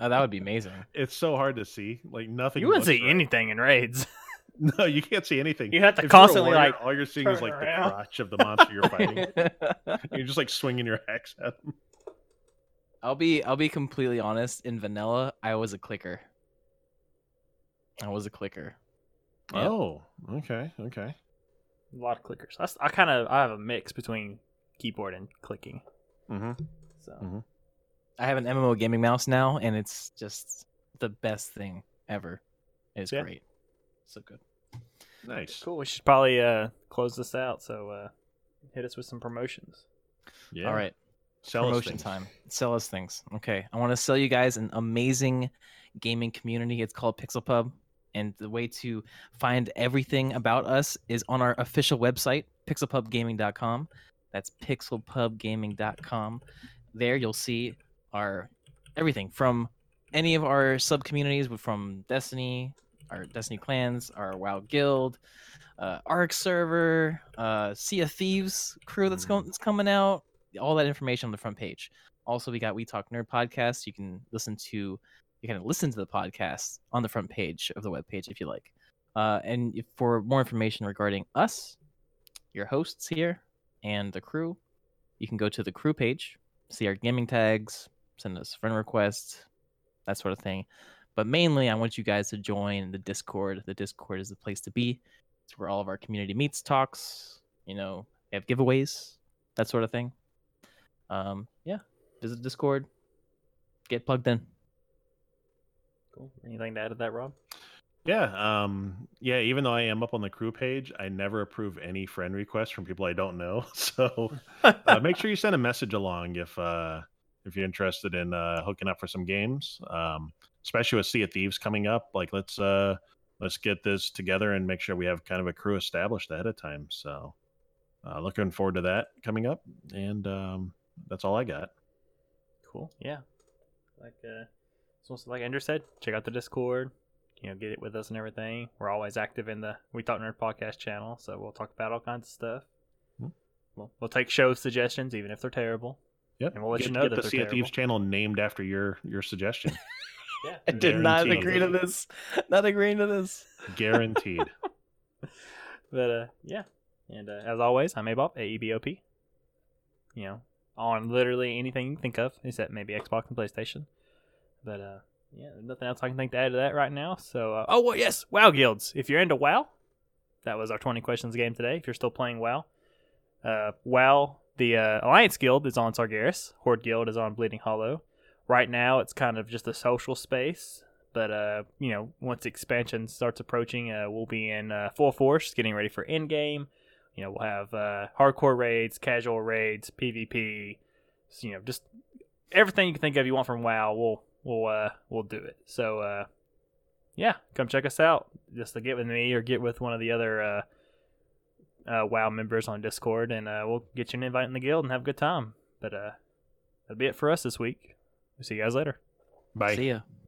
Speaker 4: oh, that would be amazing.
Speaker 3: It's so hard to see. Like nothing.
Speaker 1: You wouldn't
Speaker 3: looks
Speaker 1: see
Speaker 3: right.
Speaker 1: anything in raids.
Speaker 3: No, you can't see anything.
Speaker 1: You have to
Speaker 3: If you're a
Speaker 1: constantly
Speaker 3: warrior,
Speaker 1: like.
Speaker 3: all you're seeing is
Speaker 1: turn
Speaker 3: like
Speaker 1: around.
Speaker 3: the crotch of the monster you're fighting.
Speaker 4: I'll
Speaker 3: you're just like swinging your axe at them.
Speaker 4: be I'll be completely honest. In vanilla, I was a clicker. I was a clicker. Yeah.
Speaker 3: Oh, okay, okay.
Speaker 1: A lot of clickers. That's, I kind of I have a mix between keyboard and clicking.
Speaker 3: Mm-hmm.
Speaker 1: So
Speaker 3: Mhm.
Speaker 4: I have an MMO gaming mouse now, and it's just the best thing ever. It's
Speaker 1: Yeah.
Speaker 4: great. So good.
Speaker 3: Nice.
Speaker 1: cool. We should probably uh, close this out. So uh, hit us with some promotions.
Speaker 3: Yeah.
Speaker 4: All right.
Speaker 3: Sell us
Speaker 4: promotion
Speaker 3: things.
Speaker 4: time. Sell us things. Okay. I want to sell you guys an amazing gaming community. It's called Pixel Pub. And the way to find everything about us is on our official website, pixelpubgaming.com. That's pixelpubgaming.com. There you'll see our everything from any of our sub communities from Destiny, our Destiny clans, our WoW guild, uh, Arc server, uh, Sea of Thieves crew that's, going that's coming out, all that information on the front page. Also, we got We Talk Nerd podcast. You can listen to you can listen to the podcast on the front page of the webpage if you like. Uh, and if- for more information regarding us, your hosts here, and the crew, you can go to the crew page, see our gaming tags, send us friend requests, that sort of thing. But mainly, I want you guys to join the Discord. The Discord is the place to be. It's where all of our community meets, talks. You know, we have giveaways, that sort of thing um yeah visit discord get plugged in
Speaker 1: Cool. Anything to add to that, Rob?
Speaker 3: Yeah. Um, yeah. Even though I am up on the crew page, I never approve any friend requests from people I don't know. So uh, make sure you send a message along if uh, if you're interested in uh, hooking up for some games, um, especially with Sea of Thieves coming up. Like let's uh, let's get this together and make sure we have kind of a crew established ahead of time. So uh, looking forward to that coming up, and um, that's all I got.
Speaker 1: Cool. Yeah. Like uh so so like Andrew said, check out the Discord. You know, get it with us and everything. We're always active in the We Talk Nerd podcast channel, so we'll talk about all kinds of stuff.
Speaker 3: Hmm.
Speaker 1: We'll, we'll take show suggestions, even if they're terrible.
Speaker 3: Yep.
Speaker 1: And we'll let
Speaker 3: Get-
Speaker 1: you know
Speaker 3: get
Speaker 1: that
Speaker 3: the
Speaker 1: they're
Speaker 3: Sea of Thieves
Speaker 1: terrible.
Speaker 3: channel named after your your suggestion.
Speaker 1: Yeah,
Speaker 4: i did not
Speaker 3: Guaranteed.
Speaker 4: agree to this not agreeing to this
Speaker 3: Guaranteed.
Speaker 1: But uh, yeah, and uh, as always, I'm Abop, A E B O P. You know, on literally anything you can think of, except maybe Xbox and PlayStation. But uh, yeah, there's nothing else I can think to add to that right now. So, uh, oh well, yes, WoW guilds. If you're into WoW, that was our 20 questions game today. If you're still playing WoW, uh, WoW the uh, Alliance Guild is on Sargeras. Horde Guild is on Bleeding Hollow. Right now, it's kind of just a social space but uh, you know, once expansion starts approaching, uh, we'll be in uh, full force, getting ready for endgame. You know, we'll have uh, hardcore raids, casual raids, PvP. s- You know, just everything you can think of you want from WoW. We'll we'll uh, we'll do it. So uh, yeah, come check us out. Just to get with me or get with one of the other uh, uh, WoW members on Discord, and uh, we'll get you an invite in the guild and have a good time. But uh, that'll be it for us this week. We'll see you guys later.
Speaker 3: Bye.
Speaker 4: see ya